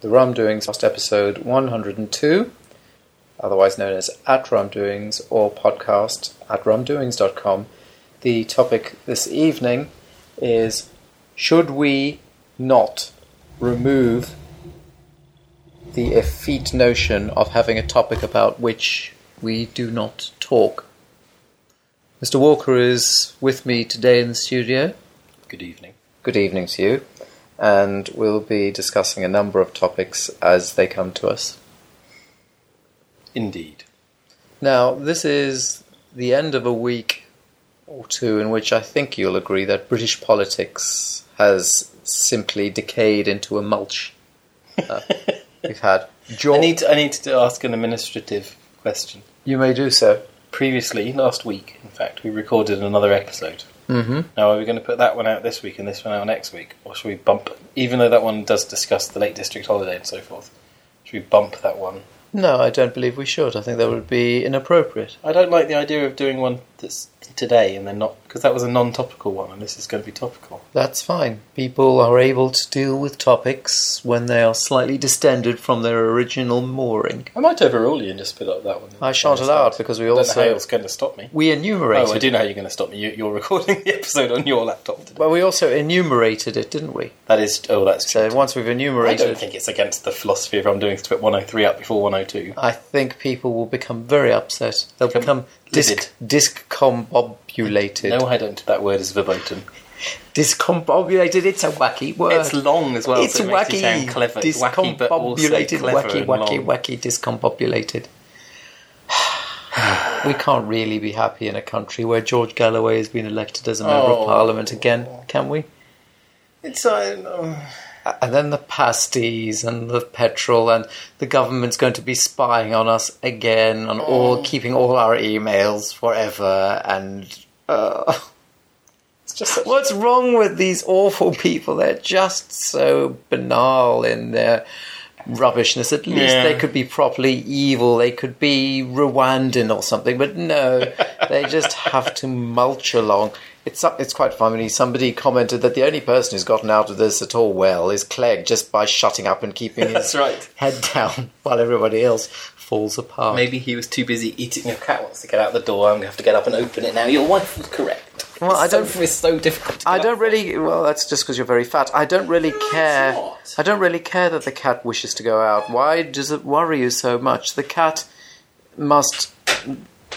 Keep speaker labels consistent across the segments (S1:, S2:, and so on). S1: the Rum Doings Lost episode 102, otherwise known as At Rum Doings or podcast at rumdoings.com. The topic this evening is Should we not remove the effete notion of having a topic about which we do not talk? Mr. Walker is with me today in the studio.
S2: Good evening.
S1: Good evening to you. And we'll be discussing a number of topics as they come to us.
S2: Indeed.
S1: Now, this is the end of a week or two in which I think you'll agree that British politics has simply decayed into a mulch. Uh, we've had
S2: I
S1: George.
S2: need to, I need to ask an administrative question.
S1: you may do so.
S2: Previously, last week, in fact, we recorded another episode.
S1: Mm-hmm.
S2: Now, are we going to put that one out this week and this one out next week, or should we bump? Even though that one does discuss the Lake District holiday and so forth, should we bump that one?
S1: No, I don't believe we should. I think that would be inappropriate.
S2: I don't like the idea of doing one that's today and then not because that was a non-topical one, and this is going to be topical.
S1: That's fine. People are able to deal with topics when they are slightly distended from their original mooring.
S2: I might overrule you and just put up that one.
S1: I shan't allow it because we
S2: I don't know how
S1: also
S2: it's going to stop me.
S1: we enumerated.
S2: Oh, I do know how you're going to stop me. You, you're recording the episode on your laptop today.
S1: Well, we also enumerated it, didn't we?
S2: That is, oh, that's true.
S1: So once we've
S2: I
S1: enumerated,
S2: don't think it's against the philosophy of I'm doing to put 103 up before 102.
S1: I think people will become very upset. They'll become
S2: Become
S1: disc discombobulated.
S2: No, I don't. That word is verboten.
S1: Discombobulated. It's a wacky word.
S2: It's long as well.
S1: It's
S2: so it
S1: wacky.
S2: Makes you sound clever. It's wacky, but also
S1: discombobulated,
S2: clever
S1: wacky,
S2: and
S1: wacky,
S2: long.
S1: wacky, discombobulated. we can't really be happy in a country where George Galloway has been elected as a member
S2: Oh.
S1: of parliament again, can we?
S2: It's uh,
S1: And then the pasties and the petrol, and the government's going to be spying on us again, on all keeping all our emails forever. And uh,
S2: it's just such-
S1: what's wrong with these awful people? They're just so banal in their rubbishness. At least
S2: Yeah.
S1: they could be properly evil. They could be Rwandan or something. But no, they just have to mulch along. It's it's quite funny. Somebody commented that the only person who's gotten out of this at all well is Clegg, just by shutting up and keeping his
S2: That's right.
S1: head down while everybody else falls apart.
S2: Maybe he was too busy eating. Your cat wants to get out the door. I'm going to have to get up and open it now. Your wife was correct.
S1: Well, I don't-
S2: It's so difficult. To
S1: I
S2: get
S1: don't
S2: up.
S1: really. Well, that's just because you're very fat. I don't really care.
S2: not.
S1: I don't really care that the cat wishes to go out. Why does it worry you so much? The cat must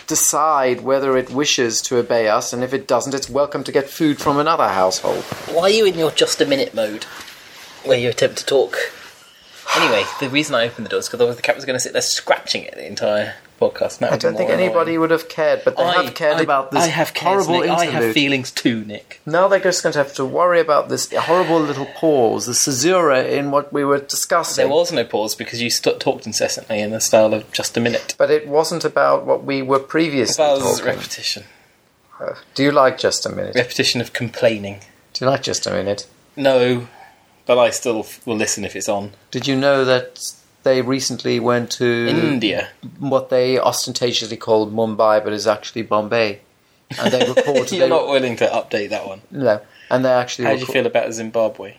S1: decide whether it wishes to obey us, and if it doesn't, it's welcome to get food from another household.
S2: Why are you in your just a minute mode where you attempt to talk? Anyway, the reason I opened the door is because the cat was going to sit there scratching it the entire podcast.
S1: I don't think anybody would have cared, but they have cared about this
S2: I have cares,
S1: horrible
S2: Nick.
S1: interlude.
S2: I have feelings too, Nick.
S1: now they're just going to have to worry about this horrible little pause, the caesura in what we were discussing.
S2: There was no pause because you st- talked incessantly in the style of just a minute.
S1: but it wasn't about what we were previously
S2: That was
S1: talking.
S2: repetition.
S1: Do you like just a minute?
S2: Repetition of complaining.
S1: Do you like just a minute?
S2: No, but I still f- will listen if it's on.
S1: Did you know that they recently went to
S2: Mm. India.
S1: what they ostentatiously called Mumbai, but is actually Bombay, and they reported
S2: You're
S1: they
S2: not willing to update that one.
S1: no, and they actually
S2: How do you
S1: reco-
S2: feel about Zimbabwe?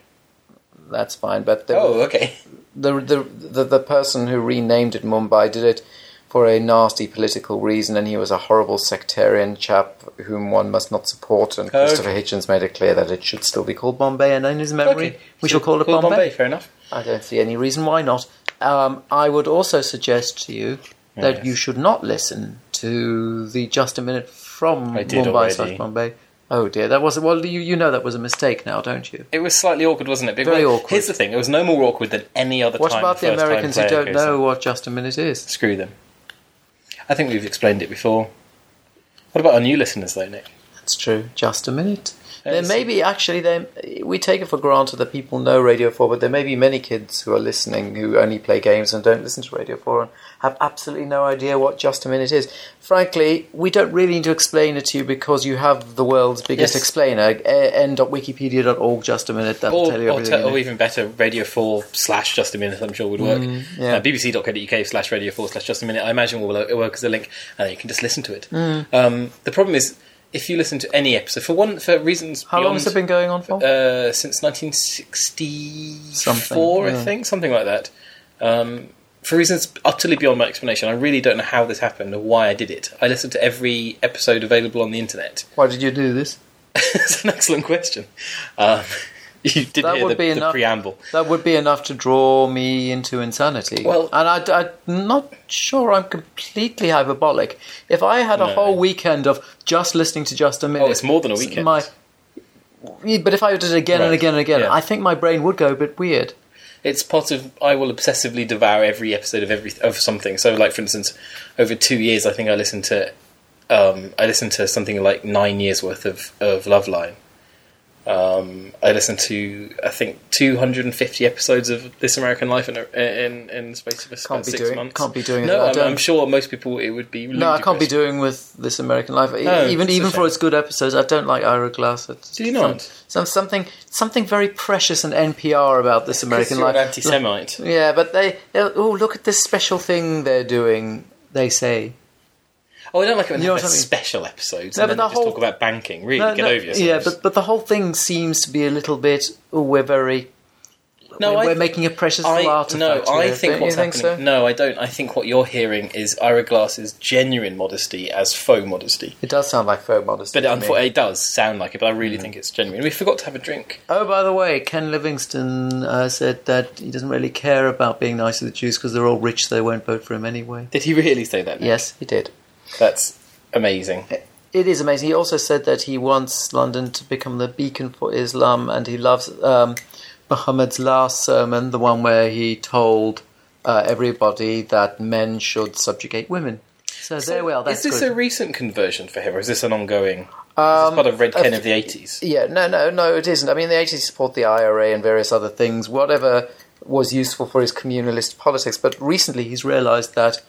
S1: That's fine, but they,
S2: Oh, okay.
S1: the, the the the person who renamed it Mumbai did it for a nasty political reason, and he was a horrible sectarian chap whom one must not support. And Christopher Hitchens made it clear that it should still be called Bombay, and in his memory,
S2: Okay.
S1: we
S2: So
S1: shall call it
S2: Bombay.
S1: Bombay.
S2: Fair enough.
S1: I don't see any reason why not. Um, I would also suggest to you that
S2: Yes.
S1: you should not listen to the Just a Minute from
S2: I did
S1: Mumbai
S2: already.
S1: slash Bombay. Oh dear, that was well. You you know that was a mistake now, don't you?
S2: It was slightly awkward, wasn't it? But
S1: Very
S2: well,
S1: awkward.
S2: Here's the thing: it was no more awkward than any other
S1: What
S2: time.
S1: about the
S2: first time
S1: Americans who
S2: player
S1: don't
S2: goes
S1: know
S2: in.
S1: what Just a Minute is?
S2: Screw them. I think we've explained it before. What about our new listeners, though, Nick?
S1: That's true. Just a minute.
S2: Yeah,
S1: There
S2: it's-
S1: may be actually there. We take it for granted that people know Radio Four, but there may be many kids who are listening who only play games and don't listen to Radio Four and have absolutely no idea what Just a Minute is. Frankly, we don't really need to explain it to you because you have the world's biggest
S2: Yes.
S1: explainer. eh, n.wikipedia.org. Just a minute. That'll
S2: Or,
S1: tell you
S2: or,
S1: everything.
S2: te-
S1: you
S2: or
S1: need.
S2: even better, Radio Four slash Just a Minute. I'm sure would work.
S1: Mm, yeah.
S2: uh, BBC.co.uk slash
S1: Mm.
S2: Radio Four slash Just a Minute. I imagine will work, work as a link, and you can just listen to it. Um, the problem is, if you listen to any episode, for one for reasons
S1: How long
S2: beyond,
S1: has it been going on for?
S2: Uh, since 1964,
S1: Something, yeah.
S2: I think, something like that. Um, for reasons utterly beyond my explanation, I really don't know how this happened or why I did it. I listened to every episode available on the internet.
S1: Why did you do this?
S2: That's an excellent question. Um, you did
S1: That
S2: hear
S1: would
S2: the,
S1: be
S2: the
S1: enough.
S2: preamble.
S1: That would be enough to draw me into insanity.
S2: Well-
S1: and I, am not sure I'm completely hyperbolic. If I had a
S2: No. Oh,
S1: whole weekend of just listening to just a minute,
S2: it's more than a weekend.
S1: My, Yeah, but if I did it again and
S2: Right,
S1: again and again,
S2: yeah.
S1: I think my brain would go a bit weird.
S2: It's part of I will obsessively devour every episode of every of something. So, like for instance, over two years, I think I listened to um, I listened to something like nine years worth of of Loveline. Um, I listened to I think two hundred and fifty episodes of This American Life in a, in in the space of about
S1: Can't be
S2: six
S1: doing-
S2: months.
S1: can't be doing it.
S2: No,
S1: I
S2: I'm,
S1: don't-
S2: I'm sure most people it would be.
S1: No, I can't be
S2: ludicrous.
S1: doing with this American Life. E-
S2: No,
S1: even
S2: it's a
S1: even for
S2: shame.
S1: its good episodes, I don't like Ira Glass. It's
S2: Do you
S1: some-
S2: not?
S1: Some, something something very precious and NPR about this American
S2: Because you're
S1: Life.
S2: an anti-Semite.
S1: Yeah, but they oh look at this special thing they're doing. They say
S2: Oh, I don't like it when they
S1: You know
S2: have
S1: what I mean?
S2: special episodes
S1: No,
S2: and
S1: but
S2: then they
S1: the
S2: just
S1: whole-
S2: talk about banking. Really,
S1: No,
S2: get
S1: no,
S2: over yourself.
S1: yeah, but but the whole thing seems to be a little bit. Oh, we're very
S2: no,
S1: we're,
S2: I-
S1: we're making a precious little artifact.
S2: No, I
S1: here.
S2: think
S1: Don't
S2: what's
S1: you think
S2: happening.
S1: so?
S2: No, I don't. I think what you're hearing is Ira Glass's genuine modesty as faux modesty.
S1: It does sound like faux modesty.
S2: But
S1: to me.
S2: unfortunately, it does sound like it. But I really think it's genuine. We forgot to have a drink.
S1: Oh, by the way, Ken Livingston uh, said that he doesn't really care about being nice to the Jews because they're all rich, so they won't vote for him anyway.
S2: Did he really say that?
S1: Yes, he did.
S2: That's amazing.
S1: It is amazing. He also said that he wants London to become the beacon for Islam, and he loves um, Muhammad's last sermon, the one where he told uh, everybody that men should subjugate women. So, there we are. That's
S2: is this
S1: good.
S2: a recent conversion for him, or is this an ongoing? is
S1: Um,
S2: this part of Red
S1: a
S2: Ken
S1: f-
S2: of the eighties?
S1: Yeah, no, no, no, it isn't. I mean, the 80s support the IRA and various other things, whatever was useful for his communalist politics. But recently he's realised that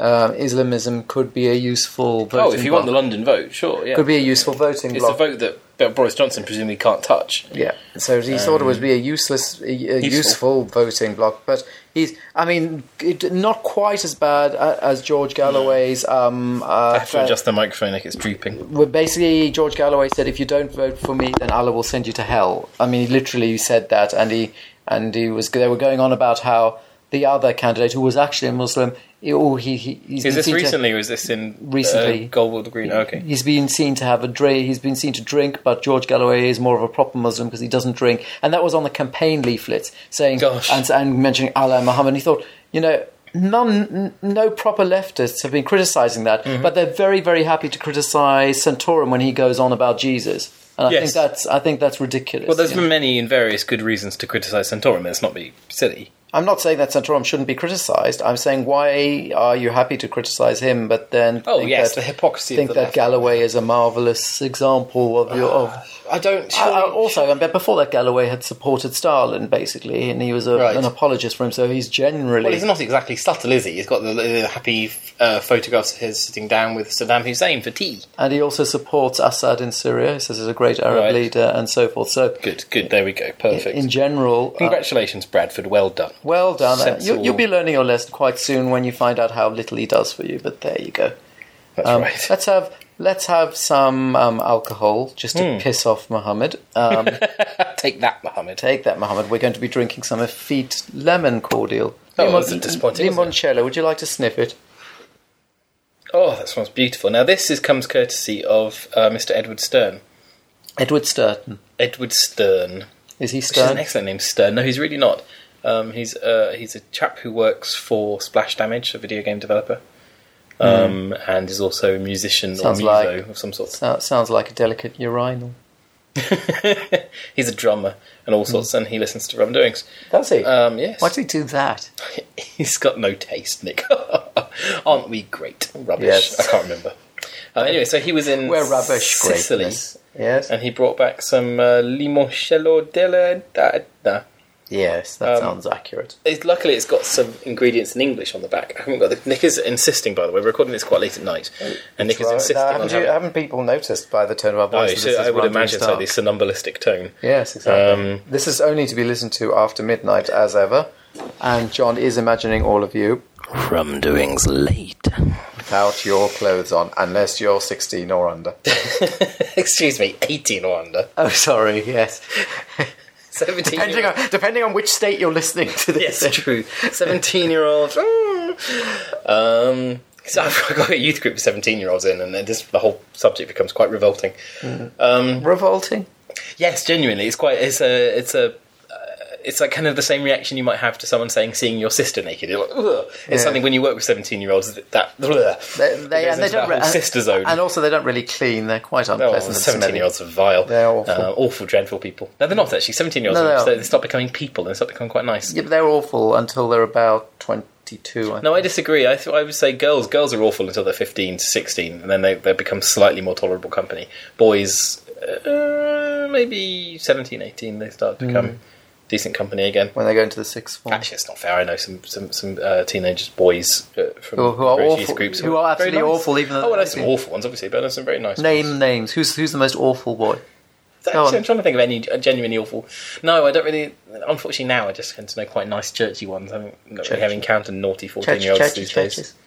S1: um, Islamism could be a useful voting
S2: Oh, if you want the
S1: bloc.
S2: London vote, sure. Yeah,
S1: could be a useful voting
S2: it's
S1: bloc.
S2: the vote that that Boris Johnson presumably can't touch.
S1: Yeah, so he thought
S2: Um,
S1: it would be a useless, a, a useful voting block, but he's, I mean, it, not quite as bad a- as George Galloway's. Um, uh,
S2: I have to
S1: fa-
S2: adjust the microphone like it's drooping.
S1: well, basically, George Galloway said, "If you don't vote for me, then Allah will send you to hell." I mean, he literally said that, and he and he was they were going on about how the other candidate, who was actually a Muslim, oh, he, he he's
S2: Is
S1: been
S2: this
S1: seen to-
S2: recently, or is this in
S1: Recently.
S2: uh, Goldwater Green? Okay.
S1: He's been seen to have a drink. He's been seen to drink, but George Galloway is more of a proper Muslim because he doesn't drink. And that was on the campaign leaflets saying
S2: Gosh.
S1: and and mentioning Allah and Muhammad. And he thought, you know, none, n- no proper leftists have been criticizing that,
S2: Mm-hmm.
S1: but they're very, very happy to criticize Santorum when he goes on about Jesus. And I
S2: Yes.
S1: think that's I think that's ridiculous.
S2: Well, there's
S1: you know.
S2: been many and various good reasons to criticise Santorum. Let's not be silly.
S1: I'm not saying that Santorum shouldn't be criticized. I'm saying why are you happy to criticize him, but then
S2: Oh,
S1: think
S2: yes,
S1: that-
S2: the hypocrisy of
S1: Think
S2: the
S1: that
S2: left. Ah.
S1: Galloway is a marvelous example of your of
S2: I don't.
S1: Uh, uh, also, and be- before that, Galloway had supported Stalin basically, and he was a,
S2: Right.
S1: an apologist for him. So he's generally
S2: well, he's not exactly subtle, is he? He's got the, the happy uh, photographs of his sitting down with Saddam Hussein for tea.
S1: and he also supports Assad in Syria. He says he's a great Arab
S2: Right.
S1: leader and so forth. So
S2: Good, good. There we go. Perfect.
S1: in general, uh,
S2: Congratulations, Bradford. Well done.
S1: well done. Uh, You,
S2: Sensible.
S1: you'll be learning your lesson quite soon when you find out how little he does for you. But there you go.
S2: That's
S1: Um,
S2: right.
S1: Let's have let's have some um, alcohol just to
S2: Hmm.
S1: piss off Mohammed. Um,
S2: Take that, Mohammed.
S1: take that, Mohammed. We're going to be drinking some effete lemon cordial.
S2: Oh, that's disappointing, isn't it?
S1: Limoncello. Would you like to sniff it?
S2: Oh, that sounds beautiful. Now, this is comes courtesy of uh, Mr. Edward Stern.
S1: Edward Sturton.
S2: Edward Stern.
S1: Is he
S2: Which is an
S1: Stern?
S2: excellent name, Stern. No, he's really not. Um, he's uh, he's a chap who works for Splash Damage, a video game developer, um, and is also a musician
S1: Hmm. Sounds
S2: or muso
S1: like-
S2: of some sort.
S1: So- sounds like a delicate urinal.
S2: he's a drummer
S1: Hmm.
S2: and all sorts, and he listens to Rum Doings.
S1: Does he?
S2: Um, yes,
S1: Why does he do that?
S2: he's got no taste, Nick. Aren't we great? Rubbish.
S1: Yes.
S2: I can't remember. Uh, anyway, so he was in
S1: We're rubbish
S2: Sicily,
S1: greatness. Yes.
S2: and he brought back some uh, limoncello della da, da.
S1: Yes,
S2: um,
S1: that sounds accurate.
S2: It's, luckily, it's got some ingredients in English on the back. I haven't got the. Nick is insisting, by the way. We're recording this quite late at night,
S1: Oh,
S2: and Nick is insisting on having.
S1: people noticed by the tone of our
S2: Oh, so I would imagine so. Um, The somnambalistic tone.
S1: Yes, exactly. this is only to be listened to after midnight, as ever. And John is imagining all of you.
S2: Rum doings late.
S1: without your clothes on, unless you're 16 or under.
S2: Excuse me, 18 or under.
S1: Oh, sorry, yes.
S2: 17
S1: depending,
S2: year
S1: on, depending on which state you're listening to this.
S2: Yes, true. 17 year olds. um, so I've got a youth group of 17 year olds in, and then just the whole subject becomes quite revolting. Um,
S1: Revolting.
S2: Yes, genuinely, it's quite. It's a. It's a. uh, It's like kind of the same reaction you might have to someone saying seeing your sister naked. You're like, Ugh. It's
S1: Yeah.
S2: something when you work with seventeen year olds that, that ugh.
S1: They,
S2: It
S1: they,
S2: goes
S1: and they
S2: into
S1: don't
S2: that whole
S1: and-
S2: sister zone.
S1: And also, they don't really clean. They're quite unpleasant. and
S2: seventeen
S1: smelly.
S2: year olds Oh, are vile.
S1: They're awful.
S2: Uh, awful, dreadful people. No, they're not actually seventeen year olds.
S1: No, they
S2: are.
S1: are.
S2: They stop becoming people and they stop becoming quite nice.
S1: Yeah, but they're awful until they're about 22. I
S2: No, I disagree. I, th- I would say girls. Girls are awful until they're fifteen to sixteen, and then they, they become slightly more tolerable company. Boys, uh, maybe 17, 18, they start to
S1: Mm.
S2: become decent company again.
S1: when they go into the sixth form.
S2: Actually, it's not fair. I know some some some uh, teenagers, boys uh, from
S1: Who- who are
S2: various
S1: awful-
S2: youth groups
S1: who are
S2: very
S1: absolutely awful, even though
S2: oh, well, I know
S1: they're
S2: some
S1: nice.
S2: awful ones, obviously, but I know some very nice. ones.
S1: Name names. Who's who's the most awful boy? go on.
S2: Actually, I'm trying to think of any uh, genuinely awful. No, I don't really. Unfortunately, now I just tend to know quite nice churchy ones. I haven't not really
S1: Church.
S2: have encountered naughty fourteen
S1: Church,
S2: year olds
S1: churches,
S2: these days.
S1: churches.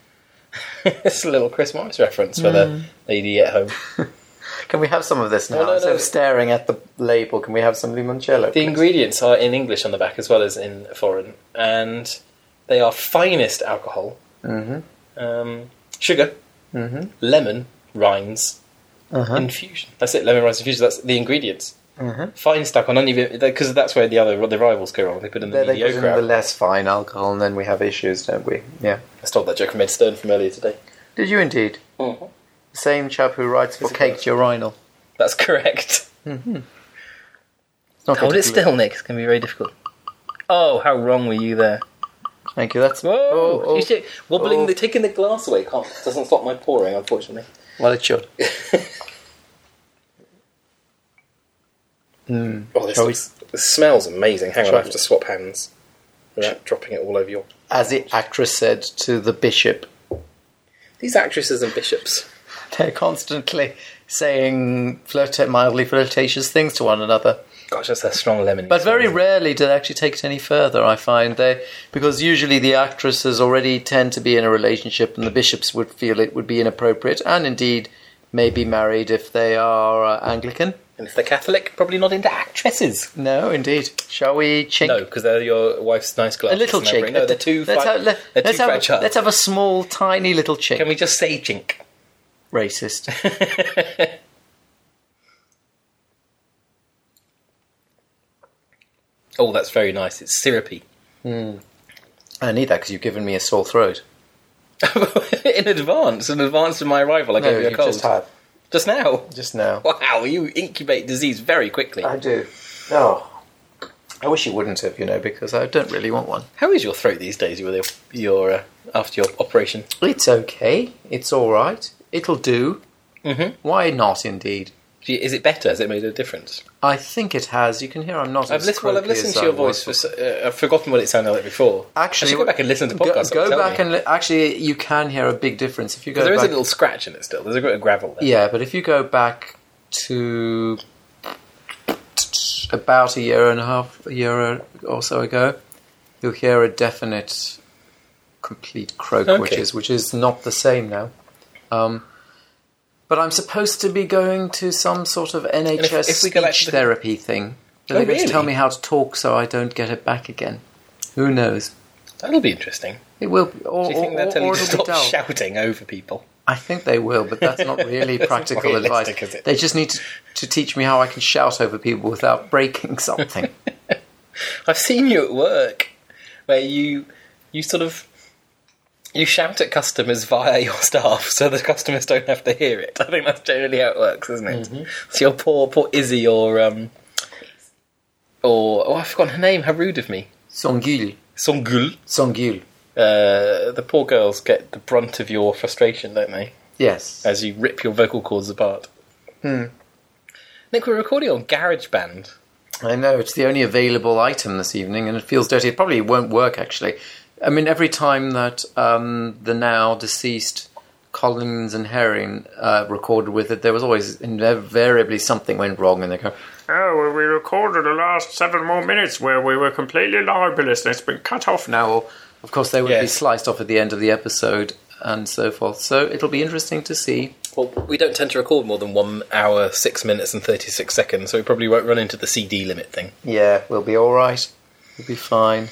S1: Hmm.
S2: it's a little Chris Morris reference for the lady at home.
S1: Can we have some of this now?
S2: Well, no,
S1: Instead
S2: no.
S1: of staring at the label, can we have some limoncello?
S2: The
S1: please?
S2: ingredients are in English on the back as well as in foreign, and they are finest alcohol, mm-hmm. um, sugar, mm-hmm. lemon, rinds,
S1: Uh-huh.
S2: infusion. That's it. Lemon rinds infusion. That's the ingredients. Mm-hmm. Finest alcohol, none of it, because that's where the other the rivals go wrong. They put in the
S1: There they put
S2: mediocre.
S1: in the
S2: alcohol.
S1: less fine alcohol, and then we have issues, don't we? Yeah.
S2: I stole that joke from Ed Stern from earlier today.
S1: Did you indeed?
S2: Mm-hmm.
S1: The same chap who writes for
S2: it
S1: Caked Urinal.
S2: That's correct.
S1: It's not particularly-
S2: Nick. It's going to be very difficult. Oh, how wrong were you there?
S1: Thank you. That's
S2: Whoa!
S1: Oh, oh.
S2: You see- wobbling,
S1: Oh.
S2: the, taking the glass away can't, doesn't stop my pouring, unfortunately.
S1: well, it should.
S2: Oh, this,
S1: Shall we-
S2: looks- this smells amazing. Hang on,
S1: Shall
S2: I have to swap hands without dropping it all over you.
S1: As the actress said to the bishop,
S2: These actresses and bishops.
S1: they're constantly saying flirta- mildly flirtatious things to one another.
S2: Gosh, that's a strong lemon.
S1: But very rarely do they actually take it any further, I find. They, because usually the actresses already tend to be in a relationship and the bishops would feel it would be inappropriate and indeed may be married if they are uh, Anglican.
S2: And if they're Catholic, probably not into actresses.
S1: No, indeed. Shall we chink?
S2: No, because they're your wife's nice
S1: A
S2: glasses.
S1: little
S2: and they're
S1: chink.
S2: very- No, they're too,
S1: let's,
S2: fi-
S1: have, let,
S2: they're too
S1: us have,
S2: fragile.
S1: let's have a small, tiny little chink.
S2: Can we just say chink?
S1: Racist.
S2: Oh, that's very nice. It's syrupy.
S1: I need that because you've given me a sore throat.
S2: in advance, in advance of my arrival, I gave you a cold.
S1: have.
S2: Just now.
S1: Just now.
S2: Wow, you incubate disease very quickly.
S1: I do. Oh. I wish you wouldn't have, you know, because I don't really want one.
S2: How is your throat these days? With your, your uh, after your operation?
S1: It's okay. It's all right. It'll do.
S2: Mhm.
S1: Why not, indeed?
S2: Do you- Is it better? Has it made a difference?
S1: I think it has. You can hear I'm not.
S2: I've,
S1: as
S2: listened. well, I've
S1: croaky as
S2: listened to
S1: I
S2: your
S1: was
S2: voice. For, so- uh, I've forgotten what it sounded like before.
S1: Actually,
S2: I should go back and listen to
S1: Go,
S2: podcasts.
S1: go back and li- actually, you can hear a big difference if you go.
S2: there is
S1: back.
S2: a little scratch in it still. There's a bit of gravel there.
S1: Yeah, but if you go back to about a year and a half, a year or so ago, you'll hear a definite, complete croak, which
S2: Okay.
S1: is which is not the same now. Um, but I'm supposed to be going to some sort of NHS
S2: if we go back
S1: speech
S2: to the-
S1: therapy thing. They're
S2: Oh,
S1: going to tell
S2: really?
S1: me how to talk so I don't get it back again. Who knows?
S2: That'll be interesting.
S1: It will, be, or,
S2: Do you think
S1: or,
S2: they'll
S1: or,
S2: tell you
S1: or
S2: to
S1: it'll be
S2: stop
S1: dull.
S2: shouting over people?
S1: I think they will, but that's not really
S2: That's not
S1: practical advice.
S2: realistic, is it?
S1: They just need to, to teach me how I can shout over people without breaking something.
S2: I've seen you at work, where you you sort of you shout at customers via your staff, so the customers don't have to hear it. I think that's generally how it works, isn't it?
S1: Mm-hmm.
S2: So your poor poor Izzy or um or oh I've forgotten her name. How rude of me.
S1: Songul.
S2: Songul.
S1: Songul.
S2: Uh, the poor girls get the brunt of your frustration, don't they?
S1: Yes.
S2: As you rip your vocal cords apart. Nick, we're recording on GarageBand.
S1: I know, it's the only available item this evening, and it feels dirty. It probably won't work, actually. I mean, every time that um, the now deceased Collins and Herring uh, recorded with it, there was always invariably something went wrong, and they go,
S3: Oh, well, we recorded the last seven more minutes where we were completely libelous. It's been cut off now.
S1: now. Or, of course, they would be
S2: Yes.
S1: sliced off at the end of the episode, and so forth. So it'll be interesting to see.
S2: Well, we don't tend to record more than one hour, six minutes, and 36 seconds, so we probably won't run into the CD limit thing.
S1: Yeah, we'll be all right. We'll be fine.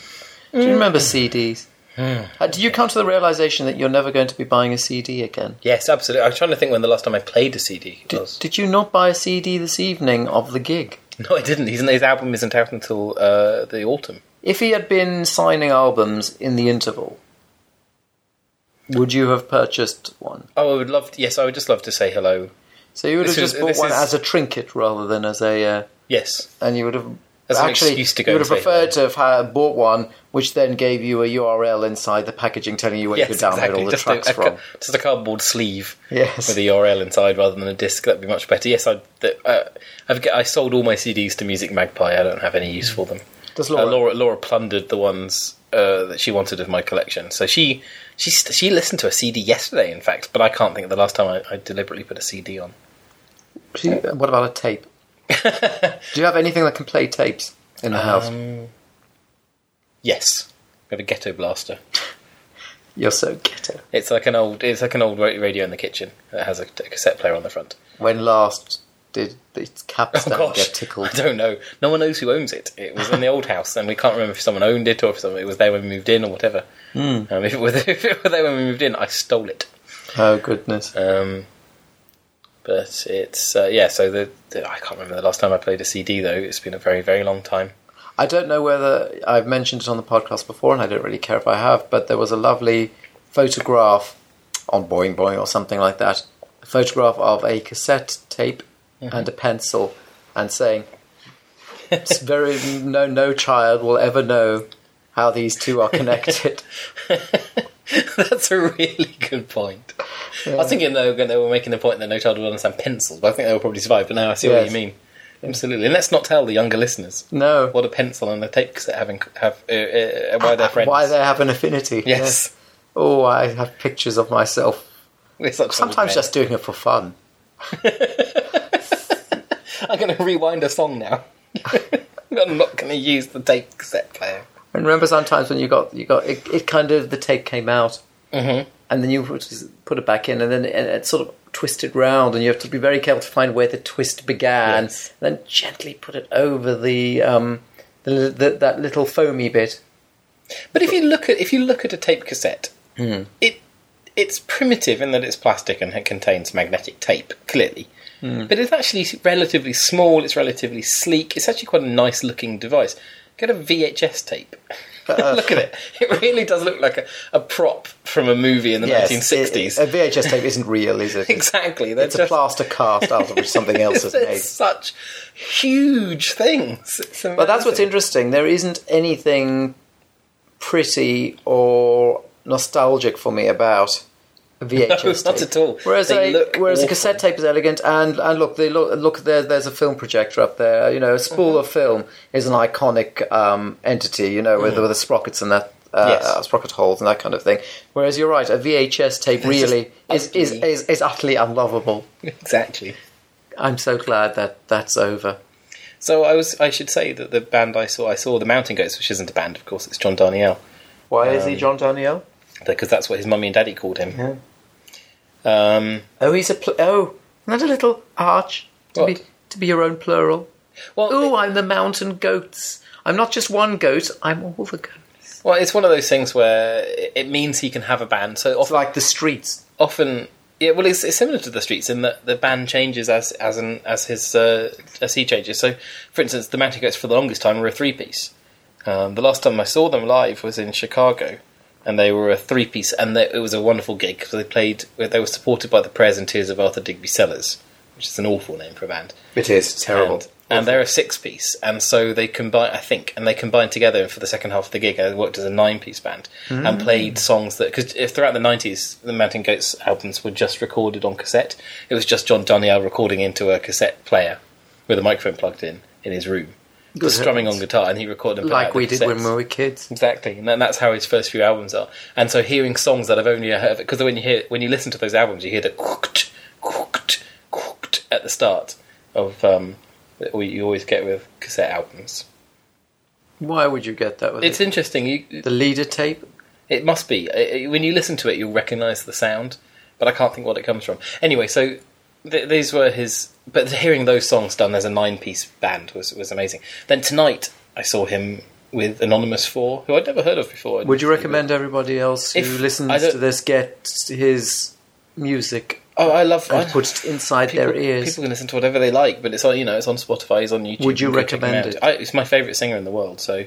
S1: Do you remember CDs?
S2: Hmm.
S1: Uh, Did you come to the realization that you're never going to be buying a CD again?
S2: Yes, absolutely. I'm trying to think when the last time I played a CD
S1: Did,
S2: was.
S1: did you not buy a CD this evening of the gig?
S2: No, I didn't. His, his album isn't out until uh, the autumn.
S1: If he had been signing albums in the interval, would you have purchased one?
S2: Oh, I would love. To, yes, I would just love to say hello.
S1: So you would have
S2: This is-
S1: just bought
S2: this
S1: one
S2: is-
S1: as a trinket rather than as a, uh,
S2: Yes,
S1: and you would have
S2: As an
S1: actually
S2: excuse to go
S1: you would
S2: and
S1: have
S2: say
S1: preferred to have had, bought one, which then gave you a URL inside the packaging telling you where
S2: yes,
S1: you could download
S2: exactly.
S1: all the
S2: just,
S1: tracks
S2: a, a ca-
S1: from.
S2: just a cardboard sleeve
S1: Yes.
S2: with a URL inside rather than a disc. That'd be much better. Yes, I. The, uh, I've get, I sold all my CDs to Music Magpie. I don't have any use for them.
S1: Does
S2: Laura.
S1: Laura-
S2: Uh, Laura Laura plundered the ones uh, that she wanted of my collection. So she she st- she listened to a CD yesterday, in fact, but I can't think of the last time I, I deliberately put a CD on.
S1: Do you- what about a tape? Do you have anything that can play tapes in
S2: Um,
S1: the house?
S2: Yes, got a ghetto blaster.
S1: You're so ghetto.
S2: It's like an old it's like an old ra- radio in the kitchen that has a, a cassette player on the front.
S1: When last did its
S2: Oh
S1: capstone
S2: gosh,
S1: get
S2: I
S1: tickled?
S2: don't know. No one knows who owns it. It was in the old house, and we can't remember if someone owned it or if someone, it was there when we moved in or whatever.
S1: Hmm.
S2: Um, if, it were there, if it were there when we moved in, I stole it.
S1: Oh goodness.
S2: Um, but it's uh, yeah. So the, the I can't remember the last time I played a CD though. It's been a very very long time.
S1: I don't know whether I've mentioned it on the podcast before, and I don't really care if I have, but there was a lovely photograph on Boing Boing or something like that. A photograph of a cassette tape
S2: Mm-hmm.
S1: and a pencil, and saying, it's "Very no, no child will ever know how these two are connected."
S2: That's a really good point. I was thinking they were, they were making the point that no child would understand pencils, but I think they will probably survive. But now I see what
S1: Yes.
S2: you mean. Absolutely, and let's not tell the younger listeners
S1: No,
S2: what a pencil and a tape cassette having have uh, uh, why they're friends.
S1: Ah, Why they have an affinity?
S2: yes,
S1: Oh, I have pictures of myself.
S2: We're such old
S1: Sometimes
S2: men.
S1: just doing it for fun.
S2: I'm going to rewind a song now. I'm not going to use the tape cassette player.
S1: And remember, sometimes when you got you got it, it kind of the tape came out,
S2: Mhm.
S1: and then you put, put it back in, and then it, it sort of twisted round, and you have to be very careful to find where the twist began,
S2: Yes.
S1: and then gently put it over the um the, the, that little foamy bit.
S2: But if you look at if you look at a tape cassette,
S1: Hmm.
S2: it it's primitive in that it's plastic and it contains magnetic tape, clearly.
S1: Hmm.
S2: But it's actually relatively small. It's relatively sleek. It's actually quite a nice looking device. Get a VHS tape. look at it. It really does look like a, a prop from a movie in the
S1: Yes, it-
S2: 1960s.
S1: a VHS tape isn't real, is it?
S2: exactly. They're
S1: It's a
S2: just,
S1: plaster cast out of which something else is
S2: they're
S1: made.
S2: such huge things. It's
S1: But that's what's
S2: amazing.
S1: interesting. There isn't anything pretty or nostalgic for me about a VHS
S2: No,
S1: tape.
S2: not at all.
S1: Whereas,
S2: They
S1: a,
S2: look
S1: whereas a
S2: awful.
S1: cassette tape is elegant, and, and look, they look, look there, there's a film projector up there. You know, a spool
S2: Mm-hmm.
S1: of film is an iconic um, entity. You know, with, with the sprockets and that. Uh,
S2: Mm-hmm. Yes.
S1: Sprocket holes and that kind of thing. Whereas you're right, a VHS tape really is, is,
S2: ugly.
S1: is, is utterly unlovable.
S2: exactly.
S1: I'm so glad that that's over.
S2: So I was I should say that the band I saw I saw the Mountain Goats, which isn't a band, of course, it's John Darnielle
S1: Why is he John Daniel?
S2: because that's what his mummy and daddy called him. Um,
S1: Oh, he's a pl- oh, not a little arch to
S2: What?
S1: be to be your own plural.
S2: well,
S1: Oh,
S2: it-
S1: I'm the mountain goats. I'm not just one goat. I'm all the goats.
S2: well, it's one of those things where it- it means he can have a band. So
S1: It's
S2: often,
S1: like the streets.
S2: often yeah, well, it's, it's similar to the Streets in that the band changes as as an, as his uh, as he changes. So, for instance, the Mountain Goats for the longest time were a three piece. Um, the last time I saw them live was in Chicago, and they were a three piece, and they, it was a wonderful gig because they played. They were supported by the prayers and tears of Arthur Digby Sellers, which is an awful name for a band.
S1: It is
S2: And, and they're a six piece, and so they combine, I think, and they combined together for the second half of the gig. I worked as a nine piece band
S1: Mm.
S2: and played songs that, because throughout the 90s, the Mountain Goats albums were just recorded on cassette. It was just John Daniel recording into a cassette player with a microphone plugged in in his room, just strumming on
S1: heavens.
S2: guitar, and he recorded and put out
S1: like
S2: the
S1: we did when
S2: cassettes.
S1: we were kids.
S2: Exactly, and then that's how his first few albums are. And so hearing songs that I've only heard because when you hear when you listen to those albums, you hear the cooked, cooked, cooked at the start of um, that we- you always get with cassette albums.
S1: Why would you get that with
S2: It's
S1: it?
S2: interesting. You,
S1: the leader tape?
S2: It must be. I- I- When you listen to it, you'll recognise the sound, but I can't think what it comes from. Anyway, so th- these were his. But hearing those songs done as a nine-piece band was was amazing. Then tonight, I saw him with Anonymous Four, who I'd never heard of before.
S1: Would you recommend everybody else who
S2: If- I
S1: listens
S2: don't-
S1: to this get his music
S2: Oh, I love. I,
S1: and put it inside
S2: people,
S1: their ears?
S2: People can listen to whatever they like, but it's on. You know, it's on Spotify. It's on YouTube.
S1: Would you
S2: go check him
S1: recommend
S2: out.
S1: it?
S2: I, it's my favourite singer in the world. So.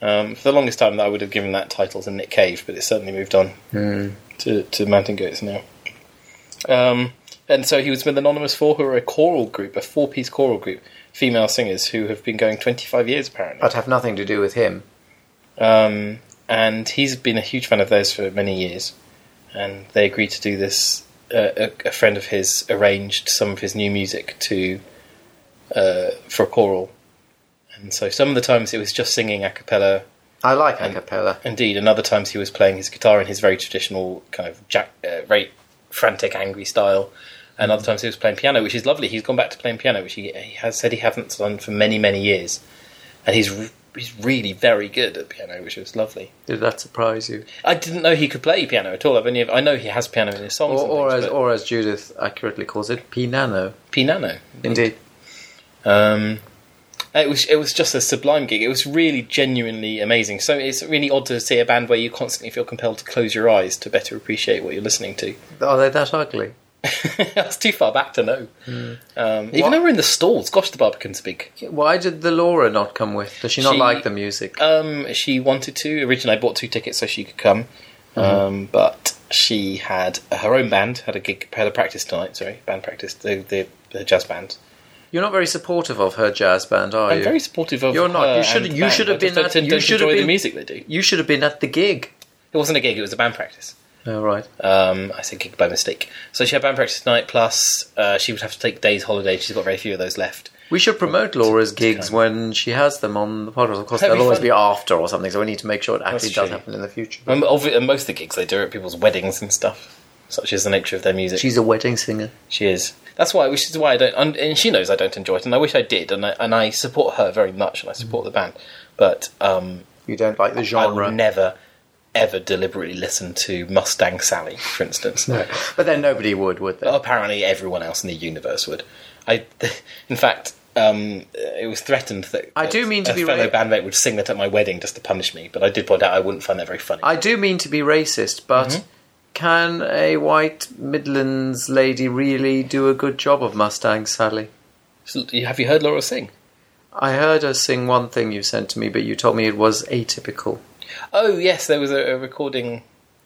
S2: Um, for the longest time, I would have given that title to Nick Cave, but it's certainly moved on. to, to Mountain Goats now. Um, and so he was with Anonymous Four, who are a choral group, a four piece choral group, female singers who have been going 25 years apparently.
S1: I'd have nothing to do with him.
S2: Um, and he's been a huge fan of theirs for many years. And they agreed to do this. Uh, a, a friend of his arranged some of his new music to uh, for choral. And so some of the times it was just singing a cappella
S1: I like a
S2: And-
S1: cappella.
S2: Indeed, and other times he was playing his guitar in his very traditional kind of jack, uh, very frantic, angry style. And other times he was playing piano, which is lovely. He's gone back to playing piano, which he, he has said he hasn't done for many, many years. And he's re- he's really very good at piano, which is lovely.
S1: Did that surprise you?
S2: I didn't know he could play piano at all. I've only I know he has piano in his songs,
S1: Or,
S2: and
S1: or
S2: things,
S1: as
S2: but
S1: or as Judith accurately calls it, piano.
S2: piano.
S1: Indeed.
S2: Um, it was it was just a sublime gig. It was really genuinely amazing. So it's really odd to see a band where you constantly feel compelled to close your eyes to better appreciate what you're listening to.
S1: Are they that ugly?
S2: That's too far back to know. Um, even
S1: Hmm. What-
S2: though we're in the stalls, gosh, the Barbican's big.
S1: Why did the Laura not come with? Does she not
S2: She-
S1: like the music?
S2: Um, she wanted to. Originally, I bought two tickets so she could come,
S1: Mm-hmm.
S2: um, but she had her own band, had a gig, had a practice tonight. Sorry, band practice, the the, the jazz band.
S1: You're not very supportive of her jazz band, are
S2: I'm
S1: you?
S2: very supportive of.
S1: You're not.
S2: her
S1: You should-
S2: and the
S1: you
S2: band.
S1: should have
S2: I just
S1: been
S2: Don't,
S1: at-
S2: don't
S1: you should have
S2: enjoy the
S1: been-
S2: music they do.
S1: you should have been at the gig.
S2: It wasn't a gig. It was a band practice.
S1: Oh right.
S2: Um, I said gig by mistake. So she had band practice tonight. Plus, uh, she would have to take days holiday. She's got very few of those left.
S1: We should promote Laura's gigs when she has them on the podcast. Of course,
S2: That'd
S1: they'll
S2: be
S1: always
S2: fun.
S1: be after or something, so we need to make sure it actually does
S2: true.
S1: happen in the future.
S2: And obvi- and most of the gigs they do are at people's weddings and stuff. Such is the nature of their music.
S1: She's a wedding singer.
S2: She is. That's why, which is why I don't, and, and she knows I don't enjoy it, and I wish I did, and I, and I support her very much, and I support the
S1: Mm.
S2: band, but um,
S1: You don't like the
S2: I
S1: genre.
S2: will never, ever deliberately listen to Mustang Sally, for instance.
S1: No. But then nobody would, would they?
S2: But apparently, everyone else in the universe would. I, in fact, um, it was threatened that
S1: I do mean to
S2: a
S1: be
S2: fellow
S1: ra-
S2: bandmate would sing that at my wedding just to punish me, but I did point out I wouldn't find that very funny.
S1: I do mean to be racist, but
S2: Mm-hmm.
S1: can a white Midlands lady really do a good job of Mustang Sally?
S2: So, Have you heard Laura sing?
S1: I heard her sing one thing you sent to me, but you told me it was atypical.
S2: Oh yes, there was a, a recording.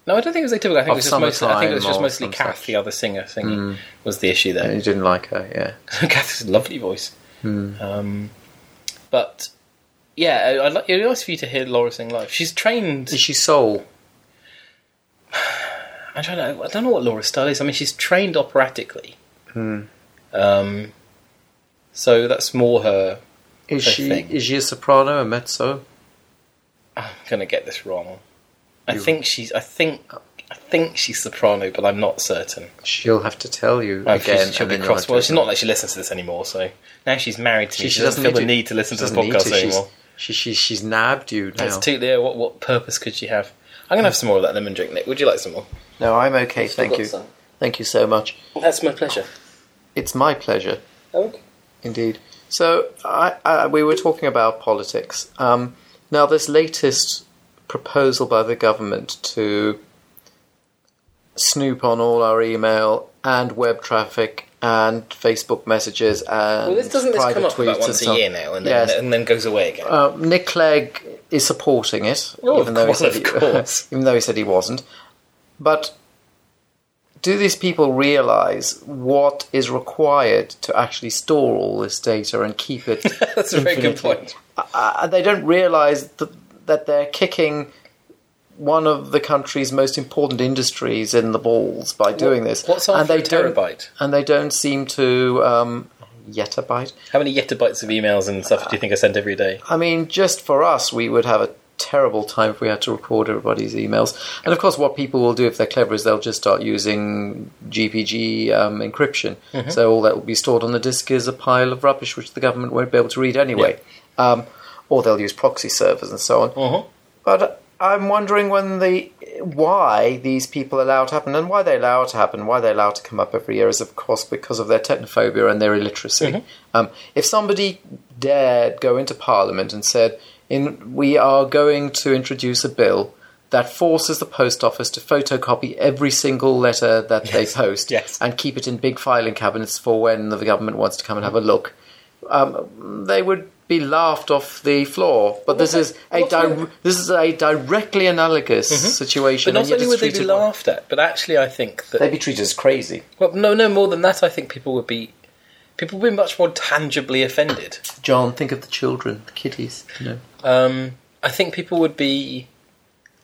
S2: No, I don't think it was atypical. I think
S1: Of
S2: it was just mostly. I think it was
S1: Summertime
S2: just
S1: or
S2: mostly
S1: some
S2: Kath,
S1: such. Hmm.
S2: the other singer, singing was the issue
S1: And
S2: there.
S1: you didn't like her, yeah.
S2: Kath's a lovely voice,
S1: Hmm.
S2: um, but yeah, I- I'd like, it'd be nice for you to hear Laura sing live. She's trained.
S1: Is she soul?
S2: I'm trying to, I don't know what Laura's style is. I mean, she's trained operatically.
S1: Hmm.
S2: Um, so that's more her.
S1: Is
S2: I
S1: she
S2: think.
S1: is she a soprano, a mezzo?
S2: "Ah, I'm gonna get this wrong. I
S1: You-
S2: think she's. I think. I think she's soprano, but I'm not certain.
S1: She'll have to tell you
S2: Oh, she's-
S1: again.
S2: she'll
S1: and
S2: be
S1: then you'll have
S2: cross.
S1: to
S2: Well, she's not
S1: ignore.
S2: that she listens to this anymore. So now she's married to me. She,
S1: she
S2: doesn't,
S1: doesn't
S2: feel the
S1: need to-
S2: need to listen to this
S1: doesn't need
S2: podcast
S1: to. She's-
S2: anymore.
S1: She, she, she's nabbed you now.
S2: It's too. Yeah. What what purpose could she have? I'm gonna have some more of that lemon drink, Nick. Would you like some more?
S1: no, I'm okay, thank
S2: got
S1: you.
S2: some.
S1: Thank you so much.
S2: That's my pleasure. Oh,
S1: It's my pleasure.
S2: Okay.
S1: Indeed. So I, I, we were talking about politics. Um, now, this latest proposal by the government to snoop on all our email and web traffic and Facebook messages and
S2: Well, this doesn't this
S1: Um, private
S2: come up
S1: tweets
S2: about
S1: and
S2: once
S1: so
S2: a
S1: on.
S2: year now, and then,
S1: Yes.
S2: and then goes away again.
S1: Uh, Nick Clegg is supporting it,
S2: Oh,
S1: even though
S2: well,
S1: he said
S2: of
S1: he,
S2: course.
S1: even though he said he wasn't. But do these people realise what is required to actually store all this data and keep it?
S2: That's a very good
S1: infinitely?
S2: point.
S1: Uh, they don't realise that, that they're kicking one of the country's most important industries in the balls by doing this.
S2: what's half a
S1: don't-
S2: terabyte?
S1: And they don't seem to um, yet a byte.
S2: How many yettabytes of emails and stuff do you think I send every day?
S1: I mean, just for us, we would have a terrible time if we had to record everybody's emails. And of course, what people will do if they're clever is they'll just start using GPG um, encryption. So all that will be stored on the disk is a pile of rubbish which the government won't be able to read anyway. Um, or they'll use proxy servers and so on.
S2: Mhm.
S1: But I'm wondering when the why these people allow it to happen and why they allow it to happen, why they allow it to come up every year is, of course, because of their technophobia and their illiteracy.
S2: Mm-hmm.
S1: Um, if somebody dared go into Parliament and said, "In we are going to introduce a bill." That forces the post office to photocopy every single letter that they post
S2: yes.
S1: and keep it in big filing cabinets for when the government wants to come and have a look um, they would be laughed off the floor. But this is a
S2: what's
S1: di-
S2: wrong?
S1: this is a directly analogous situation.
S2: Mm-hmm. But not
S1: and yet
S2: only
S1: it's
S2: would they be
S1: treated one-
S2: laughed at, but actually, I think that
S1: They'd be treated as crazy.
S2: well, no, no more than that. I think people would be people would be much more tangibly offended.
S1: John, think of the children, the kiddies. You know.
S2: Um, I think people would be.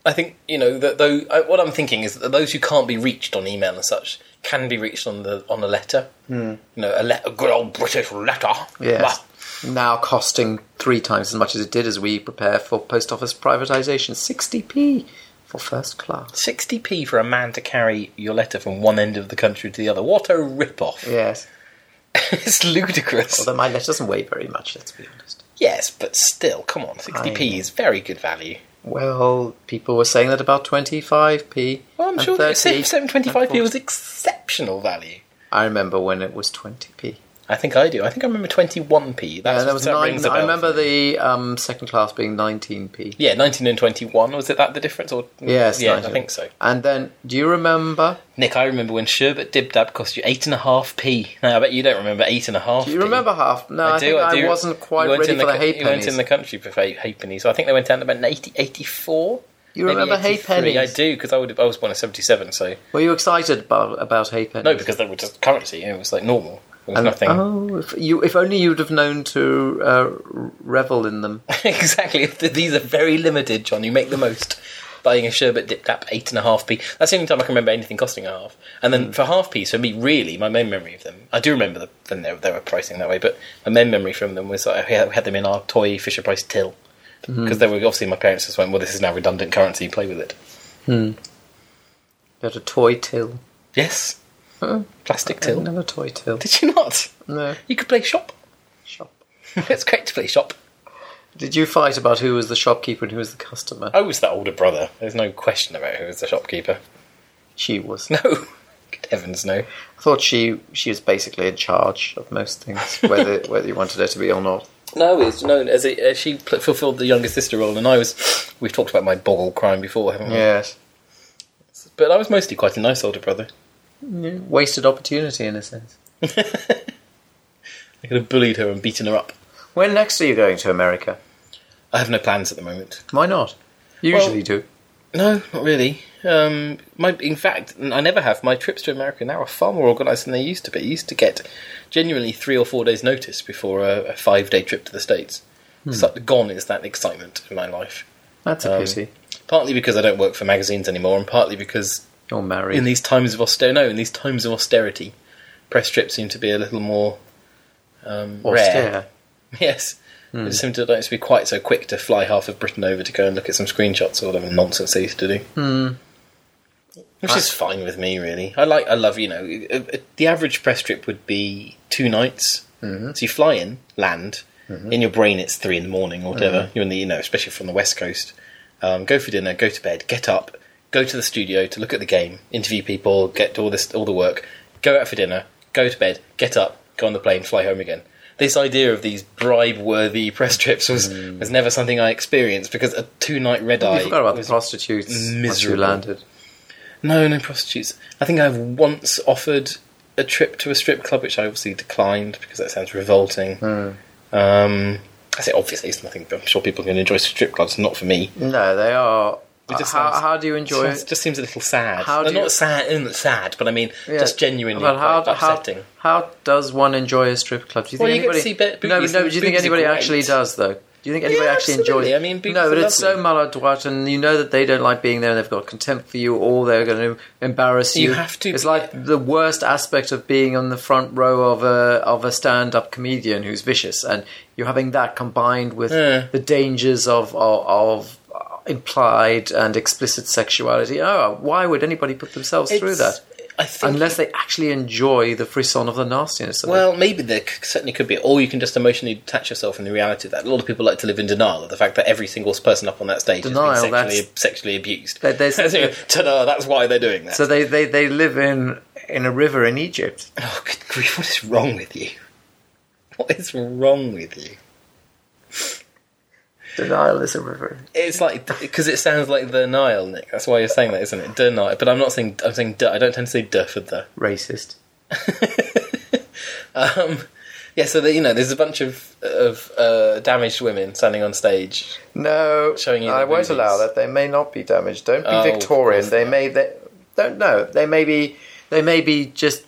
S2: I think you know that though. I, what I'm thinking is that those who can't be reached on email and such can be reached on the on a letter. You know, a, le- a good old British letter.
S1: Yes.
S2: Bah.
S1: Now costing three times as much as it did as we prepare for post office privatisation. 60p for first class.
S2: 60p for a man to carry your letter from one end of the country to the other. What a rip-off.
S1: Yes.
S2: it's ludicrous.
S1: Although my letter doesn't weigh very much, let's be honest.
S2: yes, but still, come on, 60p
S1: I-
S2: is very good value.
S1: Well, people were saying that about 25p.
S2: Well, I'm
S1: and
S2: sure that
S1: 30p, and
S2: 725p
S1: 40p.
S2: was exceptional value.
S1: I remember when it was 20p.
S2: I think I do. I think I remember 21p. That's
S1: Yeah, there was
S2: that
S1: nine.
S2: rings a
S1: I
S2: bell for
S1: remember
S2: me.
S1: the um, second class being 19p.
S2: Yeah, 19 and 21. Was it that the difference? Or
S1: Yes,
S2: yeah,
S1: 19.
S2: I think so.
S1: And then, do you remember?
S2: Nick, I remember when sherbet dib dab cost you eight and a half p. Now I bet you don't remember eight and a half.
S1: Do you remember half? No, I, think I, wasn't quite
S2: You weren't
S1: ready
S2: in
S1: for the
S2: co-
S1: hay
S2: You weren't in
S1: pennies.
S2: the country for hay- halfpennies. So I think they went down to about 80, 84.
S1: You
S2: maybe
S1: remember
S2: 83.
S1: halfpennies?
S2: I do because I would. I was born in seventy seven. So
S1: Were you excited about about hay pennies?
S2: no, because they were just currency. It was like normal. There was
S1: And-
S2: nothing.
S1: Oh, if you if only you'd have known to uh, revel in them.
S2: exactly. These are very limited, John. You make the most. Buying a sherbet dipped up eight and a half p. That's the only time I can remember anything costing a half. And
S1: Hmm.
S2: then for half p's, for me, really, my main memory of them, I do remember the, when they, they were pricing that way, but my main memory from them was that I had, had them in our toy Fisher Price till because
S1: Hmm.
S2: they were obviously my parents just went, well, this is now redundant currency, play with it.
S1: You had a toy till.
S2: Yes,
S1: Oh,
S2: plastic
S1: I had
S2: till.
S1: Another toy till.
S2: Did you not?
S1: No
S2: You could play shop.
S1: shop.
S2: it's great to play shop.
S1: Did you fight about who was the shopkeeper and who was the customer?
S2: I was the older brother. There's no question about who was the shopkeeper.
S1: She was.
S2: No, good heavens, no.
S1: I thought she she was basically in charge of most things, whether whether you wanted her to be or not.
S2: No, it's known as, a, as she pl- fulfilled the younger sister role, and I was. We've talked about my ball crime before, haven't we?
S1: Yes.
S2: But I was mostly quite a nice older brother.
S1: wasted opportunity in a sense.
S2: I could have bullied her and beaten her up.
S1: When next are you going to America?
S2: I have no plans at the moment.
S1: Why not? You
S2: Well-
S1: usually do.
S2: No, not really. Um, my, in fact, I never have. My trips to America now are far more organised than they used to be. I used to get genuinely three or four days' notice before a, a five-day trip to the States. So, gone is that excitement in my life.
S1: That's a
S2: Um,
S1: pity.
S2: Partly because I don't work for magazines anymore, and partly because
S1: You're married.
S2: in these times of austerity, no, in these times of austerity, press trips seem to be a little more um, rare.
S1: Austere.
S2: Yes, They just seem to don't be quite so quick to fly half of Britain over to go and look at some screenshots or whatever nonsense they used to do. Which is fine with me, really. I like, I love, you know, uh, uh, the average press trip would be two nights.
S1: Mm-hmm.
S2: So you fly in, land. In your brain, it's three in the morning or whatever.
S1: Mm-hmm.
S2: You're in the, you know, especially from the west coast. Um, go for dinner, go to bed, get up, go to the studio to look at the game, interview people, get to all this, all the work. Go out for dinner, go to bed, get up, go on the plane, fly home again. This idea of these bribe-worthy press trips was, was never something I experienced because a two-night red eye.
S1: Mm. You forgot about the
S2: was-
S1: prostitutes once you
S2: miserable.
S1: landed.
S2: no, no prostitutes. I think I've once offered a trip to a strip club, which I obviously declined because that sounds revolting. Um, I say obviously it's nothing. But I'm sure people can enjoy strip clubs, not for me.
S1: No, they are.
S2: It just
S1: how,
S2: sounds-
S1: how do you enjoy
S2: It
S1: it?
S2: just seems a little sad.
S1: How
S2: No,
S1: do you-
S2: not sad, isn't sad, but I mean
S1: Yeah.
S2: just genuinely
S1: Well, how,
S2: quite
S1: how-
S2: upsetting.
S1: How, does one enjoy a strip club? Do you think
S2: Well, you get
S1: anybody?
S2: to see bit-
S1: no,
S2: boobies
S1: no.
S2: and
S1: Do you think
S2: boobies are
S1: anybody
S2: great.
S1: actually does though? Do you think anybody
S2: Yeah,
S1: actually enjoys?
S2: absolutely. I mean, boobies
S1: no,
S2: are
S1: but it's so
S2: lovely.
S1: maladroit, and you know that they don't like being there, and they've got contempt for you, or they're going to embarrass you.
S2: You have to
S1: It's
S2: be-
S1: like the worst aspect of being on the front row of a of a stand up comedian who's vicious, and you're having that combined with
S2: Yeah.
S1: the dangers of of. of implied and explicit sexuality. Oh, why would anybody put themselves through
S2: It's-
S1: that?
S2: I I think.
S1: Unless they actually enjoy the frisson of the nastiness of it.
S2: well, maybe there c- certainly could be, or you can just emotionally detach yourself from the reality of that. A lot of people like to live in denial of the fact that every single person up on that stage
S1: Denial,
S2: has been sexually,
S1: that's-
S2: sexually abused.
S1: That there's-
S2: Ta-da, that's why they're doing that.
S1: So they, they, they live in in a river in Egypt.
S2: Oh, good grief, what is wrong with you? What is wrong with you?
S1: The Nile is a river.
S2: It's like, because it sounds like the Nile, Nick. That's why you're saying that, isn't it? The Nile. But I'm not saying, I'm saying duh. I don't tend to say duh for the.
S1: Racist.
S2: Um, yeah, so, that you know, there's a bunch of, of uh, damaged women standing on stage.
S1: No,
S2: Showing you
S1: I
S2: the
S1: won't
S2: boobies.
S1: allow that. They may not be damaged. Don't be
S2: Oh, of
S1: Victorian.
S2: course
S1: They
S2: not.
S1: may they don't know. They may be they may be just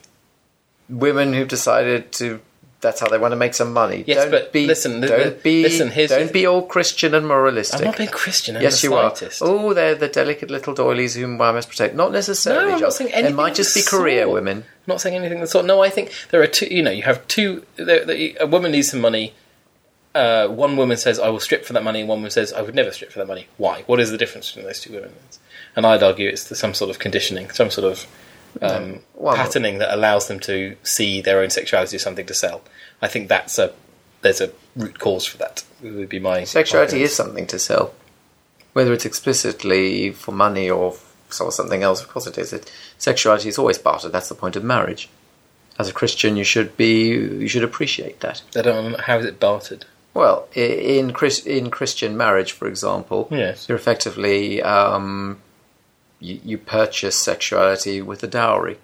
S1: women who've decided to. That's how they want to make some money.
S2: Yes,
S1: don't
S2: but
S1: be,
S2: listen, li-
S1: don't be,
S2: listen, here's-
S1: don't be all Christian and moralistic.
S2: I'm not being Christian. I'm
S1: yes,
S2: the
S1: you are.
S2: slightest.
S1: Oh, they're the delicate little doilies whom one must protect. Not necessarily.
S2: No, I'm not
S1: John.
S2: saying
S1: They
S2: anything
S1: might
S2: of
S1: just be
S2: the
S1: career
S2: sort.
S1: women.
S2: not saying anything of the sort. No, I think there are two. You know, you have two. There, there, a woman needs some money. Uh, one woman says, "I will strip for that money." One woman says, "I would never strip for that money." Why? What is the difference between those two women? And I'd argue it's the, some sort of conditioning, some sort of um,
S1: Well-
S2: patterning that allows them to see their own sexuality as something to sell. I think that's a there's a root cause for that. Would be my
S1: Sexuality
S2: argument.
S1: is something to sell, whether it's explicitly for money or for something else. Of course, it is. It, sexuality is always bartered. That's the point of marriage. As a Christian, you should be you should appreciate that.
S2: I don't know how is it bartered.
S1: Well, i- in Chris, in Christian marriage, for example,
S2: Yes.
S1: you're effectively um, you, you purchase sexuality with a dowry.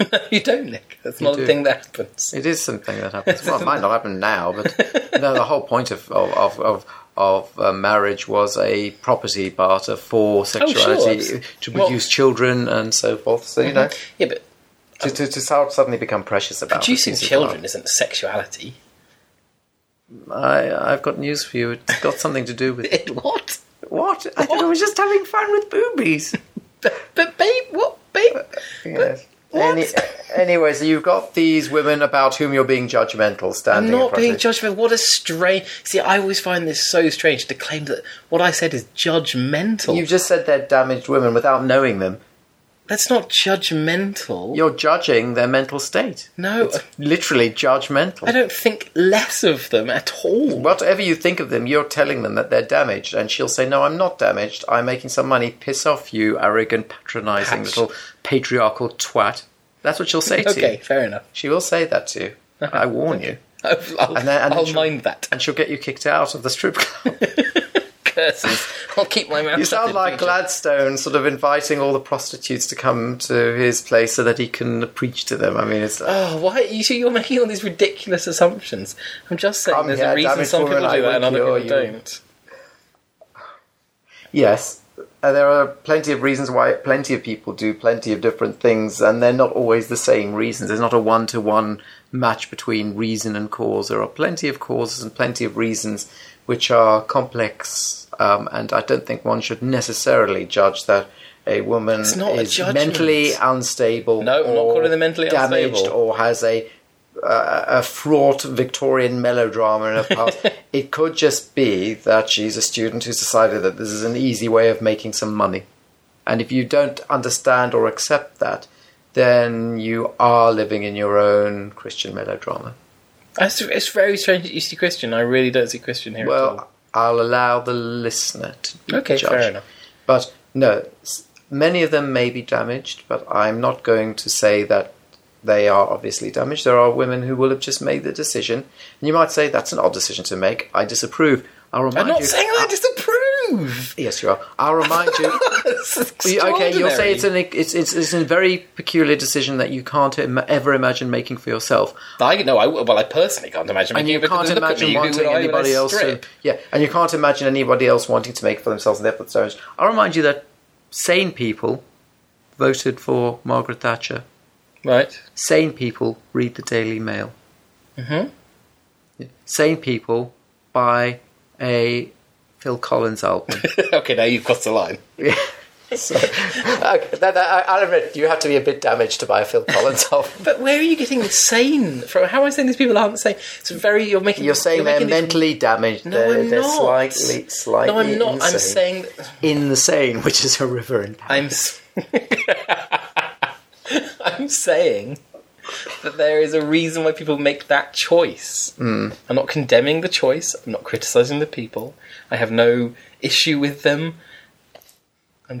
S2: no, you don't, Nick. That's
S1: You
S2: not
S1: do.
S2: a thing that happens.
S1: It is something that happens. Well, it might not happen now, but no, the whole point of of of, of, of uh, marriage was a property barter for sexuality
S2: abs-
S1: to
S2: Oh, well-
S1: produce children and so forth. So you know,
S2: Yeah, but
S1: to, to, to sud- suddenly become precious about it
S2: producing
S1: Oh, is a
S2: Uh-huh. children isn't sexuality.
S1: problem. I I've got news for you. It's got something to do with
S2: It what?
S1: what? I thought I was just having fun with boobies.
S2: But, but babe, what
S1: Uh,
S2: babe?
S1: Yes.
S2: What?
S1: Any, anyway, so you've got these women about whom you're being judgmental,
S2: I'm
S1: standing. in
S2: not
S1: front
S2: being
S1: of-
S2: judgmental. What a strange. See, I always find this so strange to claim that what I said is judgmental.
S1: You've just said they're damaged women without knowing them.
S2: That's not judgmental.
S1: You're judging their mental state.
S2: no,
S1: literally judgmental.
S2: I don't think less of them at all.
S1: Whatever you think of them, you're telling them that they're damaged, and she'll say, "No, I'm not damaged. I'm making some money. Piss off, you arrogant, patronising
S2: Patch.
S1: little patriarchal twat." That's what she'll say to
S2: okay,
S1: you.
S2: fair enough.
S1: She will say that to you. I warn you,
S2: I'll, I'll,
S1: And then- and then
S2: I'll
S1: she'll-
S2: mind that.
S1: and she'll get you kicked out of the strip club.
S2: Curses. I'll keep my mouth
S1: you
S2: shut
S1: sound
S2: in
S1: like
S2: future.
S1: Gladstone, sort of inviting all the prostitutes to come to his place so that he can preach to them. I mean, it's
S2: Oh, why you see you're making all these ridiculous assumptions. I'm just saying
S1: Come
S2: there's
S1: here,
S2: a reason
S1: damaged
S2: some people
S1: woman, I
S2: do that and
S1: will
S2: other people
S1: cure you.
S2: don't.
S1: Yes, uh, there are plenty of reasons why plenty of people do plenty of different things, and they're not always the same reasons. There's not a one to one match between reason and cause. There are plenty of causes and plenty of reasons which are complex, um, and I don't think one should necessarily judge that. A woman
S2: It's not a
S1: is
S2: judgment.
S1: mentally unstable.
S2: No, I'm not
S1: or
S2: calling them mentally
S1: damaged,
S2: unstable.
S1: or has a uh, a fraught Victorian melodrama in her past. it could just be that she's a student who's decided that this is an easy way of making some money. And if you don't understand or accept that, then you are living in your own Christian melodrama.
S2: It's, it's very strange that you see Christian. I really don't see Christian here at all.
S1: Well, I'll allow the listener to be
S2: Okay,
S1: judge.
S2: fair enough.
S1: But no, s- many of them may be damaged, but I'm not going to say that they are obviously damaged. There are women who will have just made the decision, and you might say that's an odd decision to make. I disapprove. I'll remind
S2: I'm not
S1: you. Ah,
S2: saying I disapprove.
S1: Yes, you are. I'll remind you. Yeah, Okay, you'll say it's an it's, it's it's a very peculiar decision that you can't im- ever imagine making for yourself,
S2: I no, I well, I personally can't imagine.
S1: and
S2: making
S1: you
S2: it because
S1: can't
S2: look at
S1: imagine
S2: me, who would
S1: wanting
S2: I- would I
S1: anybody else to
S2: strip?
S1: yeah, and you can't imagine anybody else wanting to make for themselves and therefore damage. I'll remind you that sane people voted for Margaret Thatcher.
S2: Right.
S1: Sane people read the Daily Mail.
S2: Mhm.
S1: Yeah. Sane people buy a Phil Collins album.
S2: okay, now you've crossed the line.
S1: So, okay, that, that, I, I admit you have to be a bit damaged to buy a Phil Collins album.
S2: But where are you getting sane from? How am I saying these people aren't sane? It's very. You're making.
S1: You're saying they're
S2: making these-
S1: mentally damaged.
S2: No,
S1: they're
S2: I'm
S1: they're
S2: not.
S1: slightly, slightly.
S2: No, I'm not.
S1: Insane.
S2: I'm saying. that-
S1: insane, which is a river in
S2: I'm. s- I'm I'm saying that there is a reason why people make that choice.
S1: Hmm.
S2: Mm. I'm not condemning the choice. I'm not criticizing the people. I have no issue with them. I'm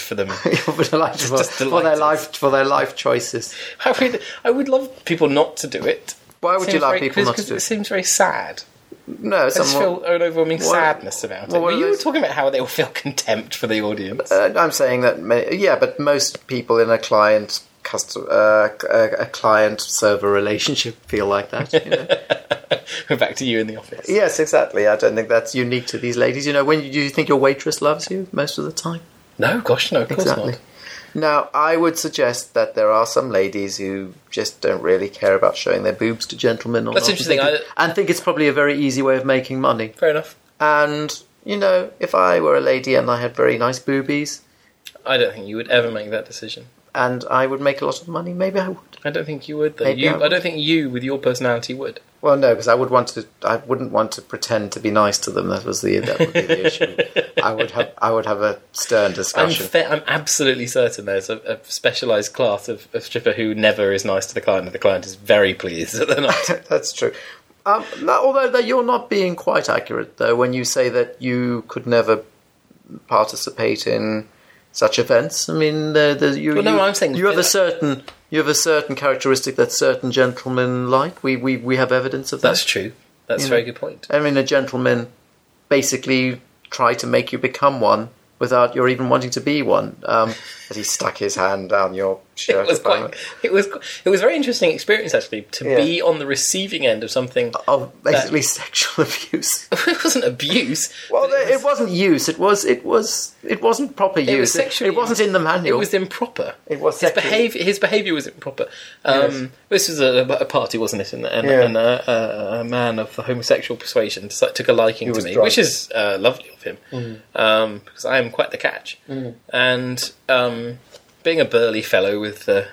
S2: for them.
S1: for, delighted for,
S2: Just
S1: for their
S2: delighted.
S1: life for their life choices.
S2: I would, I would love people not to do it.
S1: Why would you
S2: Seems
S1: like
S2: very-
S1: people not
S2: because
S1: to do
S2: It
S1: it?
S2: seems very sad.
S1: No,
S2: I just
S1: someone.
S2: feel an overwhelming
S1: what-
S2: sadness about it.
S1: well, what
S2: Well,
S1: are
S2: you were
S1: those-
S2: talking about how they all feel contempt for the audience.
S1: Uh, I'm saying that, ma- yeah, but most people in a client custom, uh, c- uh, a client server relationship feel like that. You know?
S2: Back to you in the office.
S1: yes, exactly. I don't think that's unique to these ladies. You know, when you, do you think your waitress loves you most of the time?
S2: No, gosh, no, of course
S1: Exactly.
S2: not.
S1: Now, I would suggest that there are some ladies who just don't really care about showing their boobs to gentlemen, or
S2: That's
S1: not,
S2: interesting,
S1: And think, and think it's probably a very easy way of making money.
S2: Fair enough.
S1: And you know, if I were a lady and I had very nice boobies,
S2: I don't think you would ever make that decision.
S1: and I would make a lot of money, maybe I would.
S2: I don't think you would. Though.
S1: Maybe I
S2: You, I,
S1: would.
S2: don't think you, with your personality, would.
S1: Well, no, because I would want to. I wouldn't want to pretend to be nice to them. That was the that would be the issue. I would have. I would have a stern
S2: I'm,
S1: discussion.
S2: fa- I'm absolutely certain there's a, a specialised class of, of stripper who never is nice to the client, and the client is very pleased that they're not.
S1: That's true. Um, no, although that you're not being quite accurate though when you say that you could never participate in such events. I mean, the, the, you,
S2: Well, no,
S1: you-
S2: I'm saying-
S1: you have a certain you have a certain characteristic that certain gentlemen like. We we, we have evidence of that.
S2: That's true. That's a very good point.
S1: I mean, a gentleman basically tried to make you become one without your even wanting to be one. Um, but he stuck his hand down your shirt.
S2: It was
S1: apparently.
S2: quite. It was. It was a very interesting experience actually to
S1: Yeah.
S2: be on the receiving end of something.
S1: Oh, basically sexual abuse.
S2: it wasn't abuse.
S1: Well,
S2: but
S1: it, wasn't use. It was. It was. It wasn't proper use.
S2: was
S1: It-
S2: sexual
S1: it, wasn't
S2: use.
S1: in the manual.
S2: It was improper.
S1: It was
S2: his
S1: sexual.
S2: behavior. His behavior was improper. Um, This was a, a party, wasn't it? And, and,
S1: Yeah.
S2: and uh, a, a, a man of the homosexual persuasion t- took a liking to
S1: was
S2: me,
S1: drunk. Mm.
S2: which is uh, lovely of him, um, because I am quite the catch. And um, being a burly fellow with uh,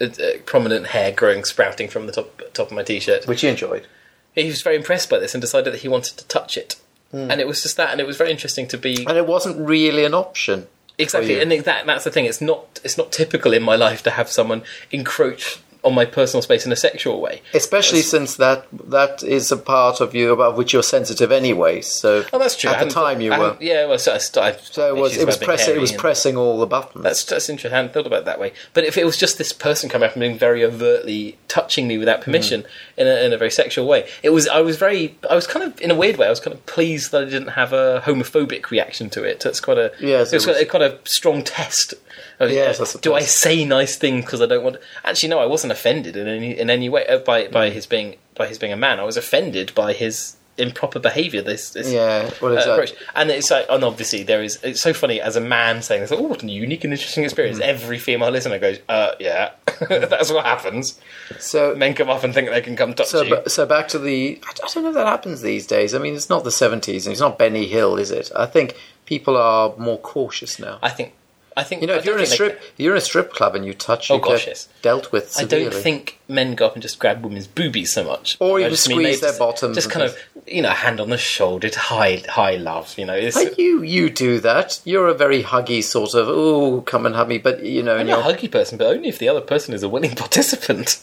S2: uh, uh, prominent hair growing sprouting from the top top of my t-shirt,
S1: which you enjoyed.
S2: he was very impressed by this and decided that he wanted to touch it.
S1: Hmm.
S2: And it was just that, and it was very interesting to be
S1: And it wasn't really an option.
S2: Exactly,
S1: you.
S2: and that, that's the thing. It's not it's not typical in my life to have someone encroach on my personal space in a sexual way.
S1: Especially since that that is a part of you about which you're sensitive anyway. So
S2: Oh, that's true.
S1: At
S2: I
S1: the
S2: hadn't-
S1: time, you
S2: I
S1: were.
S2: hadn't- yeah. Well, so I, st- I
S1: So it was. It was pressing. It was pressing all the buttons.
S2: That's that's interesting. I hadn't thought about it that way. But if it was just this person coming up and being very overtly touching me without
S1: Mm.
S2: permission in, a, in a very sexual way, it was. I was very. I was kind of in a weird way. I was kind of pleased that I didn't have a homophobic reaction to it. That's quite a.
S1: Yes,
S2: it was,
S1: it was.
S2: Quite, a, quite a strong test. I was,
S1: Yes, I
S2: uh,
S1: suppose.
S2: do I say nice things because I don't want? Actually, no. I wasn't offended in any in any way uh, by by
S1: Mm.
S2: his being by his being a man. I was offended by his improper behaviour. This, this
S1: yeah. Well,
S2: uh,
S1: exactly.
S2: approach. And it's like, and obviously there is. It's so funny as a man saying this. Like, oh, what a unique and interesting experience.
S1: Hmm.
S2: Every female listener goes, uh, yeah, that's what happens.
S1: so
S2: Men come up and think they can come touch
S1: So,
S2: you.
S1: ba- so back to the. I I don't know if that happens these days. I mean, it's not the 70s and it's not Benny Hill, is it? I think people are more cautious now.
S2: I think. I think
S1: You know,
S2: I
S1: if you're in
S2: don't
S1: a
S2: think
S1: strip, you're in a strip club and you touch,
S2: Oh,
S1: you get
S2: gosh, yes.
S1: dealt with
S2: they- I
S1: severely.
S2: don't think men go up and just grab women's boobies so much,
S1: Or
S2: I
S1: even
S2: just mean they
S1: squeeze their
S2: just-
S1: bottoms
S2: Just
S1: and
S2: kind of, you know, hand on the shoulder, to high, high love. You know, it's,
S1: But you you do that. You're a very huggy sort of. Oh, come and hug me. But you know,
S2: I'm
S1: and
S2: a
S1: you're,
S2: huggy person, but only if the other person is a willing participant.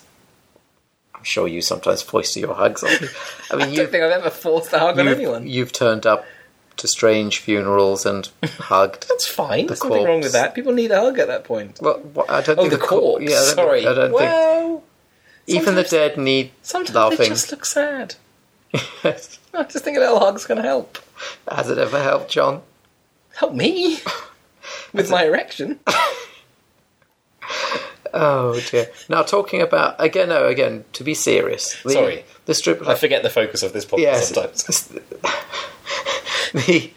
S1: I'm sure you sometimes foister your hugs on. me. I mean,
S2: I
S1: you
S2: don't think I've ever forced a hug on
S1: you've,
S2: anyone.
S1: you've turned up to strange funerals and hugged.
S2: That's fine. There's nothing
S1: corpse.
S2: wrong with that. People need a hug at that point.
S1: Well, wha- I don't
S2: Oh,
S1: think
S2: the,
S1: cor-
S2: corpse.
S1: yeah, I don't think-
S2: Sorry.
S1: I don't think
S2: well,
S1: even the
S2: sometimes-
S1: dead need
S2: Sometimes they
S1: laughing.
S2: just look sad.
S1: Yes.
S2: I just think a little hug's going to help.
S1: Has it ever helped, John?
S2: Help me with my erection.
S1: Oh dear. Now talking about again, no, again to be serious. The,
S2: Sorry.
S1: the strip
S2: I
S1: club.
S2: forget the focus of this podcast
S1: Yes,
S2: sometimes.
S1: the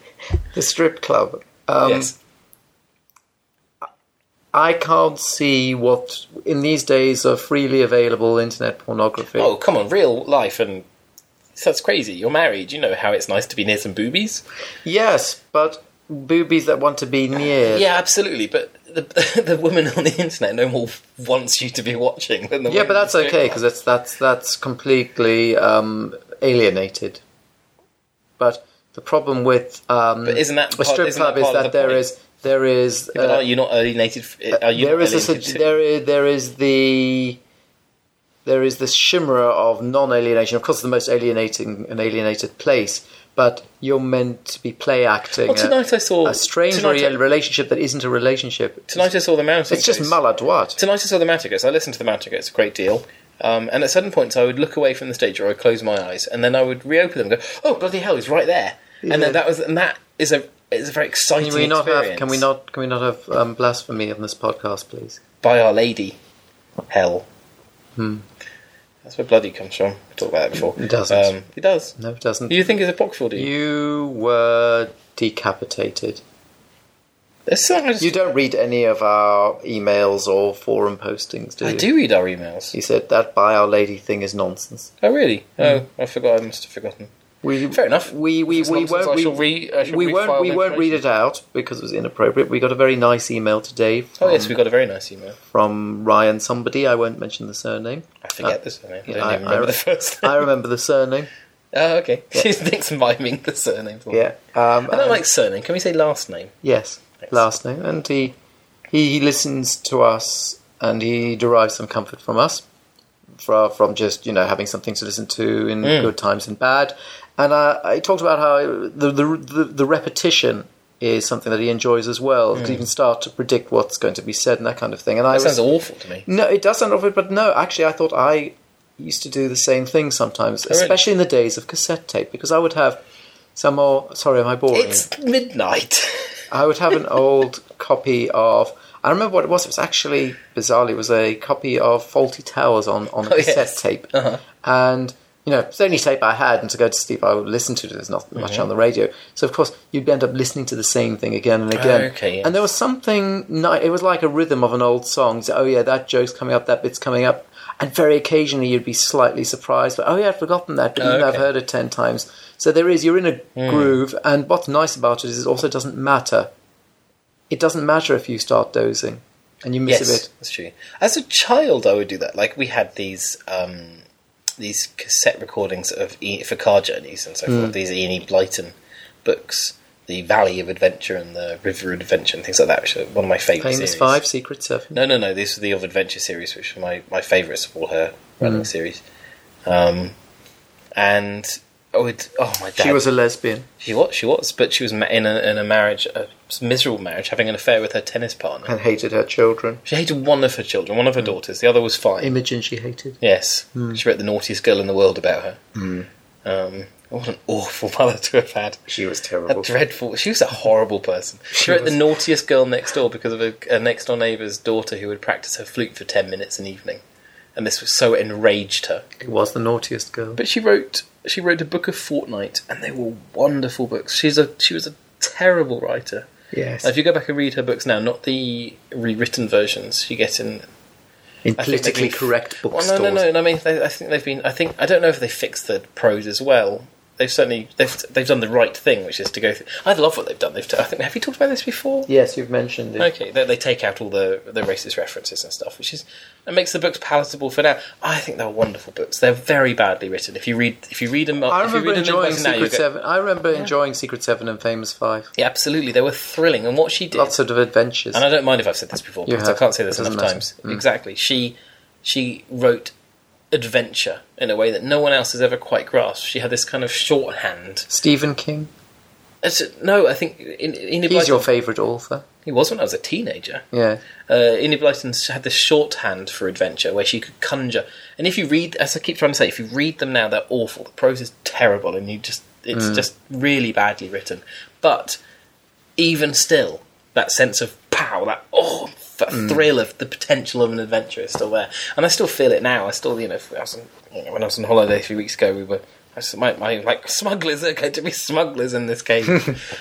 S1: the strip club. Um,
S2: yes.
S1: I can't see what in these days of freely available internet pornography.
S2: Oh, come on, real life and. That's crazy. You're married. You know how it's nice to be near some boobies.
S1: Yes, but boobies that want to be near.
S2: Yeah, absolutely. But the the woman on the internet no more wants you to be watching than the
S1: Yeah, but
S2: woman
S1: that's
S2: doing
S1: okay
S2: that.
S1: because that's that's that's completely um, alienated. But the problem um, with um,
S2: But isn't that
S1: a
S2: part-
S1: strip
S2: isn't
S1: club
S2: that
S1: is
S2: part of
S1: that
S2: the
S1: there
S2: point?
S1: is There is
S2: but
S1: uh,
S2: are you not alienated? f- Are you
S1: there
S2: not
S1: is a,
S2: alienated
S1: sug-
S2: too?
S1: there is there is the there is this shimmer of non-alienation. Of course, the most alienating an alienated place, but you're meant to be play acting.
S2: Well, tonight
S1: a,
S2: I saw-
S1: a strange
S2: tonight I-
S1: real relationship that isn't a relationship.
S2: Tonight I saw the mountain.
S1: it's just
S2: goats.
S1: maladroit.
S2: Tonight I saw the mountain goats. I listened to the mountain goats a great deal. Um, and at certain points, I would look away from the stage, or I'd close my eyes, and then I would reopen them and go, "Oh bloody hell, he's right there!"
S1: Yeah.
S2: And then that was, and that is a is a very exciting.
S1: Can we not have?
S2: experience.
S1: Can we not? Can we not have um, blasphemy on this podcast, please?
S2: by Our Lady, hell. That's where bloody comes from. We talked about that before.
S1: Hmm. It doesn't.
S2: Um, it does.
S1: No, it doesn't.
S2: You think it's apocryphal, do you?
S1: You were decapitated.
S2: There's something I, just-
S1: You don't read any of our emails or forum postings, do you?
S2: I do read our emails.
S1: You Hmm. said that by Our Lady thing is nonsense.
S2: Oh really? Oh, I forgot. I must have forgotten.
S1: We,
S2: Fair enough.
S1: We we,
S2: If it's
S1: we
S2: nonsense, I
S1: won't we,
S2: shall re- I shall
S1: we won't
S2: refile
S1: we
S2: my
S1: won't read it out because it was inappropriate. We got a very nice email today
S2: Oh
S1: from,
S2: yes, we got a very nice email.
S1: from Ryan somebody. I won't mention the surname.
S2: I forget
S1: Uh,
S2: the surname. I
S1: yeah,
S2: don't
S1: I-
S2: even remember
S1: I-
S2: the first.
S1: I
S2: name.
S1: remember the surname.
S2: oh okay. Nick's miming the surname. for me.
S1: Yeah. Um,
S2: I don't
S1: and-
S2: like surname. Can we say last name?
S1: Yes,
S2: Thanks.
S1: last name, and he he listens to us, and he derives some comfort from us, from from just you know having something to listen to in
S2: Mm.
S1: good times and bad. And I, I talked about how the the, the the repetition is something that he enjoys as well. 'cause You can start to predict what's going to be said and that kind of thing. And I
S2: Mm. That
S1: was,
S2: sounds awful to me.
S1: no, it does sound awful, but no, actually, I thought I used to do the same thing sometimes,
S2: Oh, really?
S1: especially in the days of cassette tape, because I would have some more. Sorry, am I boring? you?
S2: It's midnight.
S1: I would have an old copy of. I remember what it was. It was actually bizarrely it was a copy of Faulty Towers on on a
S2: Oh, yes.
S1: cassette tape, and you know it's the only tape I had. And to go to sleep, I would listen to it. There's not much
S2: Mm-hmm.
S1: on the radio, so of course you'd end up listening to the same thing again and again.
S2: okay, yes.
S1: And there was something. ni- It was like a rhythm of an old song. So, oh yeah, that joke's coming up. That bit's coming up. And very occasionally you'd be slightly surprised, but oh yeah, I'd forgotten that, but
S2: Oh,
S1: even though I've
S2: okay. Hmm.
S1: heard it ten times. So there is, you're in a groove, and what's nice about it is it also doesn't matter it doesn't matter if you start dozing and you miss a bit.
S2: that's true. As a child, I would do that. Like we had these um, these cassette recordings of e- for car journeys and so
S1: Hmm.
S2: forth. These Ian E. Blyton books, the Valley of Adventure and the River of Adventure and things like that, which are one of my favourite.
S1: Famous
S2: series.
S1: Five, Secret Seven.
S2: No, no, no. These were the Of Adventure series, which were my, my favourites of all her
S1: Mm.
S2: running series. Um, and I would. Oh my dad!
S1: She was a lesbian.
S2: She was. She was. But she was ma- in a, in a marriage, a miserable marriage, having an affair with her tennis partner.
S1: And hated her children.
S2: She hated one of her children, one of her
S1: Mm.
S2: daughters. The other was fine.
S1: Imogen she hated.
S2: Yes,
S1: Hmm.
S2: she wrote the naughtiest girl in the world about her. Um, what an awful mother to have had.
S1: She was
S2: A
S1: terrible.
S2: dreadful. She was a horrible person. She, wrote
S1: was.
S2: the naughtiest girl next door because of a, a next door neighbour's daughter who would practice her flute for ten minutes an evening, and this was so enraged her.
S1: It was the naughtiest girl.
S2: But she wrote she wrote a book of fortnight, and they were wonderful books. She's a she was a terrible writer.
S1: Yes.
S2: If you go back and read her books now, not the rewritten versions you get in
S1: In
S2: I think they've
S1: politically
S2: been-
S1: correct bookstores.
S2: Well, no, no, no. And I mean, they, I think they've been. I think I don't know if they fixed the prose as well. They've certainly they've they've done the right thing, which is to go. through... I love what they've done. They've. T- I think have you talked about this before?
S1: Yes, you've mentioned it.
S2: Okay, they, they take out all the the racist references and stuff, which is it makes the books palatable for now. I think they're wonderful books. They're very badly written. If you read if you read them,
S1: I
S2: if you
S1: remember
S2: read them in
S1: enjoying
S2: person now, you
S1: Secret
S2: go-
S1: Seven. I remember enjoying Secret Seven and Famous Five.
S2: Yeah, absolutely, they were thrilling. And what she did,
S1: Lots of adventures.
S2: and I don't mind if I've said this before
S1: You
S2: because
S1: have.
S2: I can't say this
S1: It doesn't
S2: enough
S1: matter. Mm.
S2: times. Exactly. She she wrote adventure in a way that no one else has ever quite grasped. She had this kind of shorthand.
S1: Stephen King.
S2: It's, no, I think in, in
S1: He's your favourite author.
S2: he was when I was a teenager.
S1: Yeah.
S2: Uh, Enid Blyton had this shorthand for adventure where she could conjure. And if you read, as I keep trying to say, if you read them now, they're awful. The prose is terrible, and you just it's just really badly written. But even still, that sense of pow, that oh, that thrill of the potential of an adventure is still there, and I still feel it now. I still, you know, if I was on, you know when I was on holiday a few weeks ago, we were. I was- My, my like smugglers are going to be smugglers in this game.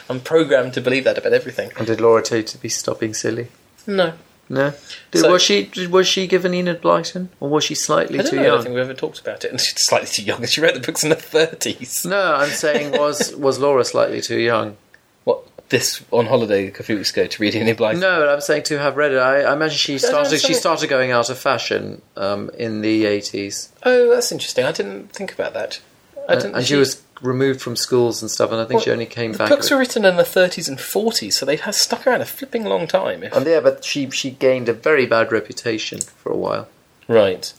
S2: I'm programmed to believe that about everything.
S1: And did Laura Tate to be stopping silly?
S2: No,
S1: No. Did,
S2: So-
S1: was she did- was she given Enid Blyton? Or was she slightly
S2: I don't
S1: too
S2: know. I
S1: young?
S2: don't think we've ever talked about it. And she's slightly too young. And she wrote the books in the thirties.
S1: No, I'm saying was was Laura slightly too young?
S2: What this on holiday a couple of weeks ago to read any Blythe?
S1: No, but I'm saying to have read it. I, I imagine she
S2: no,
S1: started she
S2: sorry.
S1: started going out of fashion um, in the 80s,
S2: Oh, that's interesting. I didn't think about that. I
S1: Uh, and,
S2: didn't.
S1: and she was removed from schools and stuff, and I think she
S2: Well,
S1: only came
S2: the
S1: back.
S2: books were written in the 30s and 40s, so they've had stuck around a flipping long time. If,
S1: and yeah, but she she gained a very bad reputation for a while
S2: right.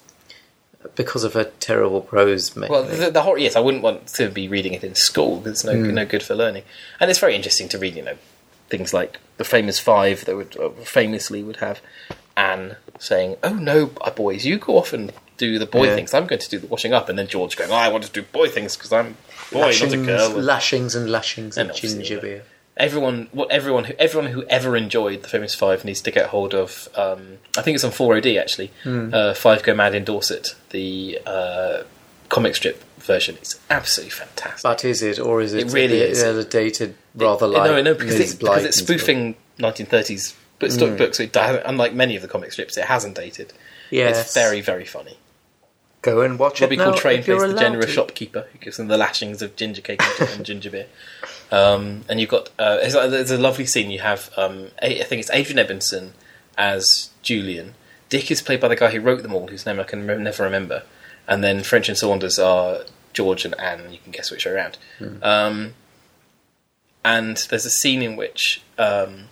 S1: because of her terrible prose. Mainly.
S2: Well, the, the horror. Yes, I wouldn't want to be reading it in school. 'cause It's no
S1: Hmm.
S2: no good for learning. And it's very interesting to read. You know, things like the famous five that would uh, famously would have Anne saying, "Oh no, b- boys, you go off and do the boy
S1: Yeah.
S2: things. I'm going to do the washing up." And then George going, "Oh, "I want to do boy things because I'm boy,
S1: lashings,
S2: not a girl." And
S1: lashings and lashings
S2: And
S1: and
S2: obviously,
S1: ginger
S2: yeah.
S1: beer.
S2: everyone, what everyone who everyone who ever enjoyed the famous five needs to get hold of. Um, I think it's on 4OD actually.
S1: Hmm.
S2: Uh, five Go Mad in Dorset, the uh, comic strip version. It's absolutely fantastic.
S1: But is it, or is it?
S2: It really
S1: the,
S2: is.
S1: Yeah, the dated, rather
S2: Yeah,
S1: like
S2: no, no, because
S1: Ms.
S2: it's, because it's
S1: Blyton's book. Hmm.
S2: spoofing 1930s but stock books. So it, di- unlike many of the comic strips, it hasn't dated.
S1: Yes,
S2: It's very, very funny.
S1: Go and watch
S2: Robbie
S1: it now.
S2: Coltrane
S1: if you're
S2: plays the
S1: allowed
S2: generous
S1: to.
S2: shopkeeper who gives them the lashings of ginger cake and gin- and ginger beer. Um, and you've got uh, it's like- there's a lovely scene. You have um, A- I think it's Adrian Ebenson as Julian. Dick is played by the guy who wrote them all, whose name I can rem- never remember. And then French and Saunders are George and Anne. and You can guess which are around.
S1: Hmm.
S2: Um, and there's a scene in which um,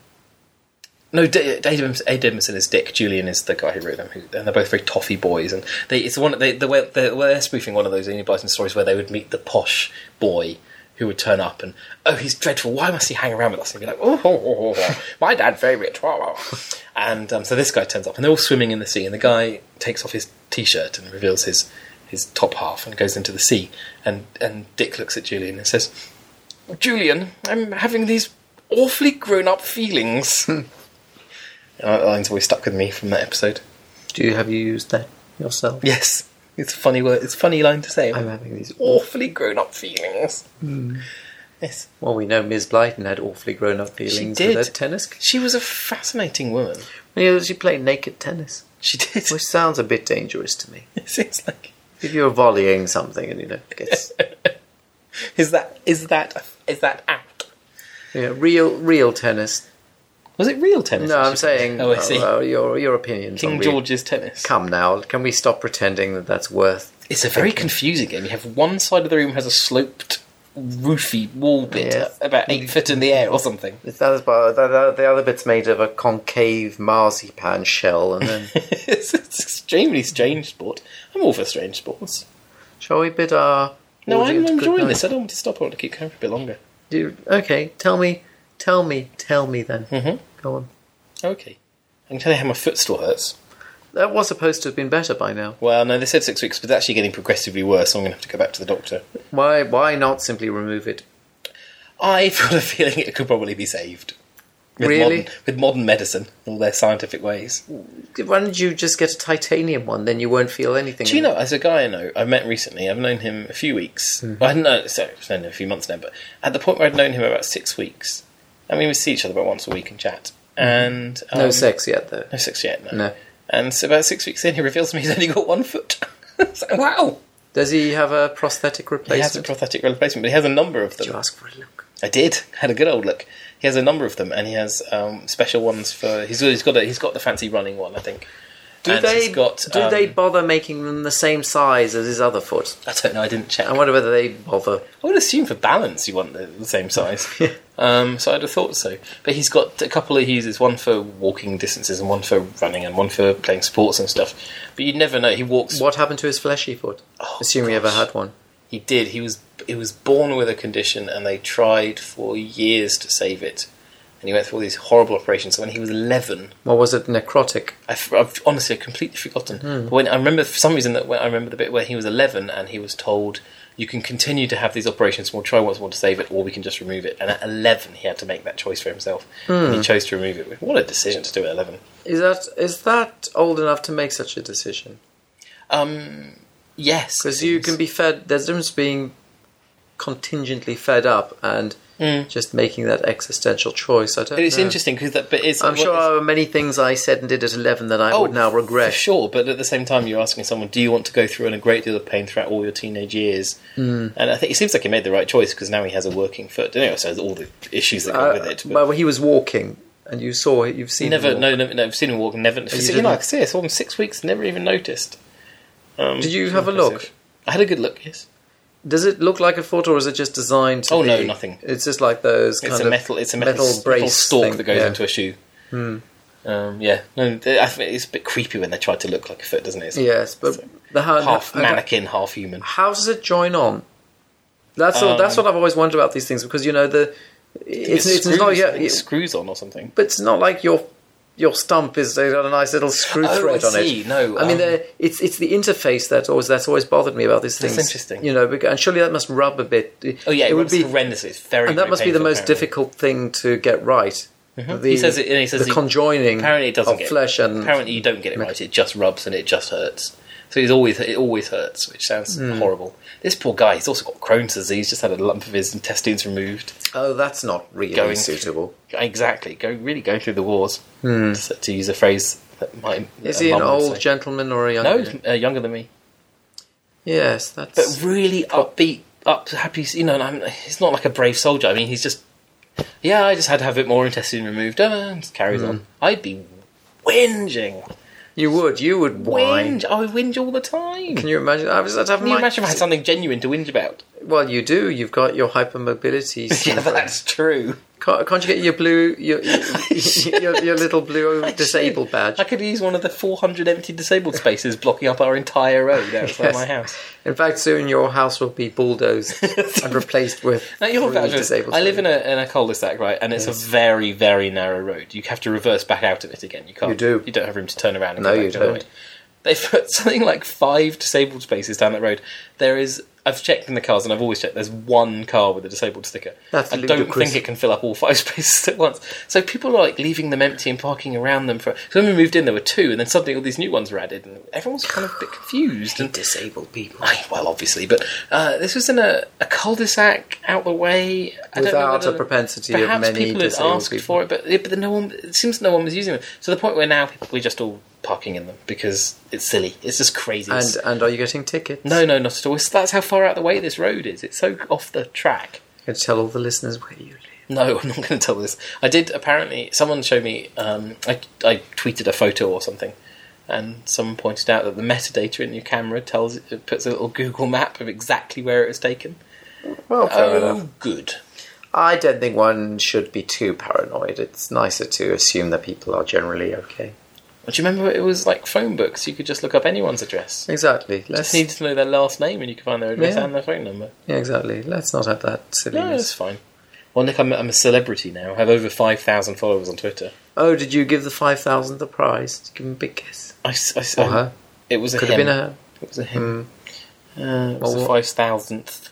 S2: no, D- Dave Emerson, Ed Emerson is Dick. Julian is the guy who wrote them, who, and they're both very toffee boys. And they, it's one they, the way they're, they're spoofing one of those Enid Blyton stories where they would meet the posh boy who would turn up and oh, he's dreadful. Why must he hang around with us? And be like, oh, oh, oh, oh, my dad's very rich. Wow, wow. And um, so this guy turns up, and they're all swimming in the sea, and the guy takes off his t-shirt and reveals his his top half and goes into the sea. And and Dick looks at Julian and says, Julian, I'm having these awfully grown-up feelings. Uh, That line's always stuck with me from that episode.
S1: Do you have you used that yourself?
S2: Yes, it's a funny word. It's a funny line to say.
S1: I'm having these.
S2: awfully grown-up feelings. Yes,
S1: Well, we know Ms. Blyton had awfully grown up feelings
S2: did.
S1: with her tennis.
S2: she was a fascinating woman.
S1: Yeah, she played naked tennis,
S2: She did.
S1: which sounds a bit dangerous to me.
S2: It's- it's like,
S1: If you're volleying something and you know gets
S2: is that is that is that apt?
S1: you know, real real tennis.
S2: Was it real tennis?
S1: No, I'm
S2: actually?
S1: saying
S2: Oh, I see.
S1: uh, uh, your your opinions. on
S2: King
S1: real-
S2: George's tennis.
S1: Come now, can we stop pretending that that's worth?
S2: It's a very confusing game. You have one side of the room has a sloped roofy wall bit
S1: Yes.
S2: about eight foot in the air or something.
S1: It's that is part- that- that- the other bit's made of a concave marzipan shell, and then
S2: it's, it's extremely strange sport. I'm all for strange sports.
S1: shall we bid our?
S2: No, I'm
S1: audience
S2: enjoying
S1: goodnight?
S2: this. I don't want to stop. I want to keep going for a bit longer.
S1: Do, okay, tell me, tell me, tell me then.
S2: Mhm.
S1: Go on.
S2: Okay. I can tell you how my foot still hurts.
S1: That was supposed to have been better by now.
S2: Well, no, they said six weeks, but it's actually getting progressively worse, so I'm going to have to go back to the doctor.
S1: Why? Why not simply remove it?
S2: I've got a feeling it could probably be saved. With
S1: Really?
S2: Modern, with modern medicine, all their scientific ways.
S1: Why don't you just get a titanium one? Then you won't feel anything.
S2: Do you know, as a guy I know, I met recently, I've known him a few weeks. Well, I don't know, sorry, I've known him a few months now, but at the point where I'd known him about six weeks, and we would see each other about once a week and chat. And um,
S1: No sex yet, though.
S2: No sex yet, no.
S1: No.
S2: And so about six weeks in, he reveals to me he's only got one foot. It's like, wow!
S1: Does he have a prosthetic
S2: He has a
S1: replacement?
S2: prosthetic replacement, but he has a number of
S1: Did you
S2: them.
S1: ask for a look?
S2: I did. Had a good old look. He has a number of them, and he has um, special ones for. He's, he's got a, he's got the fancy running one, I think.
S1: Do
S2: And
S1: they
S2: he's got,
S1: do
S2: um,
S1: they bother making them the same size as his other foot?
S2: I don't know. I didn't check.
S1: I wonder whether they bother.
S2: I would assume for balance you want the, the same size. um, so I'd have thought so. But he's got a couple he uses, one for walking distances and one for running and one for playing sports and stuff. But you'd never know. He walks.
S1: What happened to his fleshy foot?
S2: Oh,
S1: Assume he ever
S2: gosh.
S1: had one.
S2: He did. He was he was born with a condition, and they tried for years to save it. And he went through all these horrible operations. So when he was eleven,
S1: What was it? Necrotic.
S2: I've, I've honestly completely forgotten.
S1: Hmm.
S2: But when I remember for some reason that when, I remember the bit where he was 11 and he was told you can continue to have these operations. We'll try once more to save it, or we can just remove it. And at 11, he had to make that choice for himself.
S1: Hmm.
S2: And he chose to remove it. What a decision to do at 11.
S1: Is that is that old enough to make such a decision?
S2: Um, yes,
S1: Because you can be fed. There's a difference being contingently fed up and
S2: Mm.
S1: just making that existential choice. I don't.
S2: But it's
S1: know.
S2: interesting because that. But it's.
S1: I'm
S2: what
S1: sure
S2: is- Oh,
S1: there are many things I said and did at 11 that I would now regret.
S2: For sure, but at the same time, you're asking someone, do you want to go through in a great deal of pain throughout all your teenage years?
S1: Hmm.
S2: Mm. And I think it seems like he made the right choice because now he has a working foot. Anyway, so there's all the issues that go
S1: Uh,
S2: with it. but-
S1: well, he was walking, and you saw it. You've seen.
S2: Never,
S1: him walk.
S2: no, no, no, I've seen him walk. Never,
S1: you
S2: you
S1: didn't?
S2: know, I could see. I saw him six weeks. Never even noticed. Um,
S1: Did you have a
S2: impressive.
S1: look?
S2: I had a good look. Yes,
S1: Does it look like a foot, or is it just designed to?
S2: Oh, no,
S1: be-
S2: nothing.
S1: It's just like those kind
S2: It's a
S1: of
S2: metal. It's a metal,
S1: metal
S2: metal
S1: brace
S2: stalk
S1: thing,
S2: that goes
S1: yeah. Hmm.
S2: into a shoe. Um, yeah, no, th- I think it's a bit creepy when they try to look like a foot, doesn't it? It's
S1: Yes, but the hand,
S2: half
S1: okay.
S2: mannequin, half human.
S1: How does it join on? That's all, that's what I've always wondered about these things because you know the it's,
S2: It
S1: it's, not
S2: Um, screws-
S1: yeah,
S2: it screws on or something.
S1: but it's not like your your stump is they got a nice little screw
S2: Oh,
S1: thread
S2: I
S1: on
S2: see.
S1: it.
S2: No,
S1: I mean
S2: um,
S1: they're- it's it's the interface that's always that's always bothered me about these
S2: That's
S1: things.
S2: interesting.
S1: you know, because, and surely that must rub a bit.
S2: Oh yeah, it,
S1: it would be,
S2: horrendous. It's very
S1: and that
S2: very
S1: must be the
S2: painful,
S1: most
S2: apparently. Mm-hmm.
S1: difficult thing to get right. The,
S2: He says it- and he says
S1: the
S2: he-
S1: conjoining
S2: Apparently, it doesn't
S1: of
S2: get
S1: flesh and
S2: apparently you don't get it right. It just rubs and it just hurts. So he's always it always hurts, which sounds
S1: Hmm.
S2: horrible. This poor guy, he's also got Crohn's disease. Just had a lump of his intestines removed.
S1: oh, that's not really
S2: Going-
S1: suitable.
S2: Exactly, go really going through the wars. To, to use a phrase that my
S1: Hmm. Is
S2: a
S1: he an
S2: mum would
S1: old
S2: say.
S1: gentleman or a young?
S2: No, he's, uh, younger than me,
S1: Yes, that's.
S2: but really
S1: Oh.
S2: upbeat, up happy. You know, and I'm, he's not like a brave soldier. I mean, he's just yeah. I just had to have a bit more intestine removed. Uh, and just
S1: Hmm.
S2: carries on. I'd be whinging,
S1: You would. You would whine.
S2: whinge. I would whinge all the time.
S1: Can you imagine? I was, I'd have
S2: Can you
S1: my-
S2: imagine if I had something genuine to whinge about?
S1: Well, you do. You've got your hypermobility.
S2: Yeah,
S1: syndrome.
S2: that's true.
S1: can't, can't you get your blue, your your, your, your little blue disabled badge?
S2: I could use one of the 400 empty disabled spaces blocking up our entire road outside
S1: Yes.
S2: my house.
S1: In fact, soon your house will be bulldozed and replaced with
S2: Now, you're
S1: three
S2: about to,
S1: disabled.
S2: I live in a, in a cul-de-sac, right? And it's a very, very narrow road. You have to reverse back out of it again. You can't.
S1: You do.
S2: You don't have room to turn around. And
S1: No,
S2: go back
S1: you
S2: the other
S1: don't.
S2: way. They've put something like five disabled spaces down that road. There is. I've checked in the cars, and I've always checked. There's one car with a disabled sticker.
S1: That's
S2: I don't
S1: ludicrous.
S2: think it can fill up all five spaces at once. So people are like leaving them empty and parking around them for. So when we moved in, there were two, and then suddenly all these new ones were added, and everyone's kind of a bit confused. And
S1: disabled people
S2: I- well, obviously, but uh, this was in a, a cul-de-sac out the way. I don't know
S1: without a
S2: whether-
S1: propensity
S2: Perhaps
S1: of many
S2: people had
S1: disabled
S2: asked
S1: people.
S2: for it, but but no one. It seems no one was using them to the point where now people are just all parking in them because it's silly. It's just crazy.
S1: And
S2: It's-
S1: and are you getting tickets?
S2: no, no, not at all. It's, that's how far out the way this road is. It's so off the track.
S1: You tell all the listeners where you live.
S2: No, I'm not going to tell this. I did apparently. Someone showed me. Um, I I tweeted a photo or something, and someone pointed out that the metadata in your camera tells it puts a little Google map of exactly where it was taken.
S1: Well, fair enough.
S2: Oh, good.
S1: I don't think one should be too paranoid. It's nicer to assume that people are generally okay.
S2: Do you remember it was like phone books? You could just look up anyone's address.
S1: Exactly.
S2: You
S1: Let's
S2: just needed to know their last name, and you could find their address
S1: Yeah.
S2: and their phone number.
S1: yeah, exactly. Let's not have that
S2: No,
S1: silliness.
S2: it's fine. Well, Nick, I'm, I'm a celebrity now. I have over five thousand followers on Twitter.
S1: Oh, did you give the five thousand the prize? Did you give him a big kiss?
S2: I, s- I s- um,
S1: Or her?
S2: It was a
S1: Could have
S2: him.
S1: been her.
S2: It was a him. Uh, it was
S1: Well,
S2: the
S1: what-
S2: five thousandth.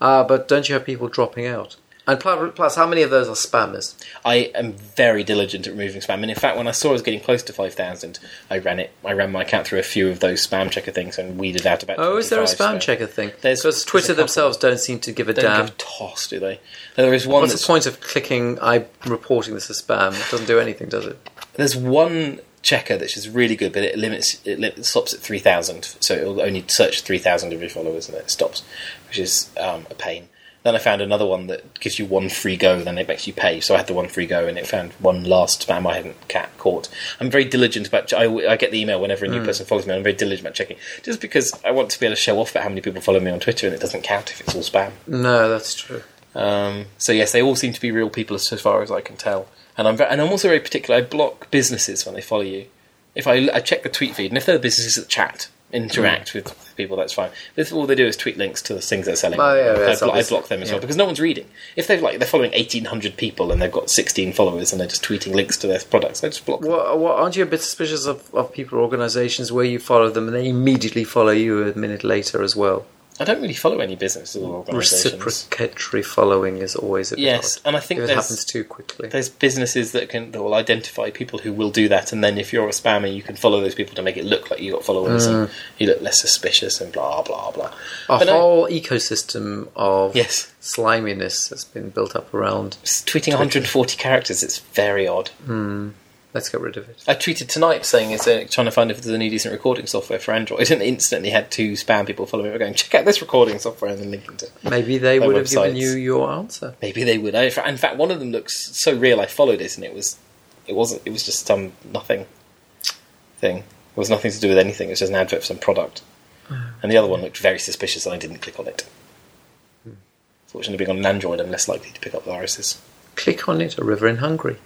S1: Ah, but don't you have people dropping out? And pl- plus, how many of those are spammers?
S2: I am very diligent at removing spam, and in fact, when I saw I was getting close to five thousand, I ran it. I ran my account through a few of those spam checker things and weeded out about.
S1: Oh, is there a
S2: 25,
S1: spam
S2: so-
S1: checker thing?
S2: There's-
S1: Because Twitter
S2: there's a
S1: themselves don't seem to give a
S2: Don't
S1: damn.
S2: give a toss, do they? There is one.
S1: What's
S2: that's-
S1: the point of clicking? I'm reporting this as spam. It doesn't do anything, does it?
S2: There's one checker that's just really good, but it limits. It lim- stops at three thousand, so it'll only search three thousand of your followers, and then it stops, which is um, a pain. Then I found another one that gives you one free go, then it makes you pay. So I had the one free go, and it found one last spam I hadn't ca- caught. I'm very diligent about. ch- I, I get the email whenever a new person follows me. and I'm very diligent about checking, just because I want to be able to show off about how many people follow me on Twitter, and it doesn't count if it's all spam.
S1: No, that's true.
S2: Um, so yes, they all seem to be real people as so far as I can tell. And I'm very, and I'm also very particular. I block businesses when they follow you. If I, I check the tweet feed, and if they're businesses that chat, interact
S1: Hmm.
S2: with people, that's fine. But if all they do is tweet links to the things they're selling,
S1: Oh, yeah,
S2: I,
S1: that's
S2: blo- I
S1: obvious.
S2: block them as
S1: Yeah.
S2: well because no one's reading. If they've like they're following 1,800 people and they've got 16 followers and they're just tweeting links to their products, I just block. them.
S1: Well, well, aren't you a bit suspicious of, of people or organisations where you follow them and they immediately follow you a minute later as well?
S2: I don't really follow any businesses or organizations.
S1: Reciprocatory following is always a bit
S2: Yes,
S1: odd,
S2: and I think
S1: if it
S2: there's-
S1: happens too quickly.
S2: there's businesses that can that will identify people who will do that, and then if you're a spammer, you can follow those people to make it look like you got followers and you look less suspicious and blah blah blah.
S1: A
S2: But no,
S1: whole ecosystem of
S2: Yes.
S1: sliminess has been built up around.
S2: it's tweeting 140 characters, it's very odd.
S1: Let's get rid of it.
S2: I tweeted tonight saying it's uh, trying to find if there's any decent recording software for Android, and instantly had two spam people following me going, check out this recording software, and then linking to.
S1: Maybe they
S2: Their
S1: would have given
S2: websites.
S1: you your answer.
S2: Maybe they would. I, in fact, one of them looks so real. I followed it, and it was, it wasn't. It was just some nothing thing. It was nothing to do with anything. It was just an advert for some product. And the other one looked very suspicious, and I didn't click on it. Fortunately, being on an Android, I'm less likely to pick up viruses.
S1: Click on it, a river in Hungary.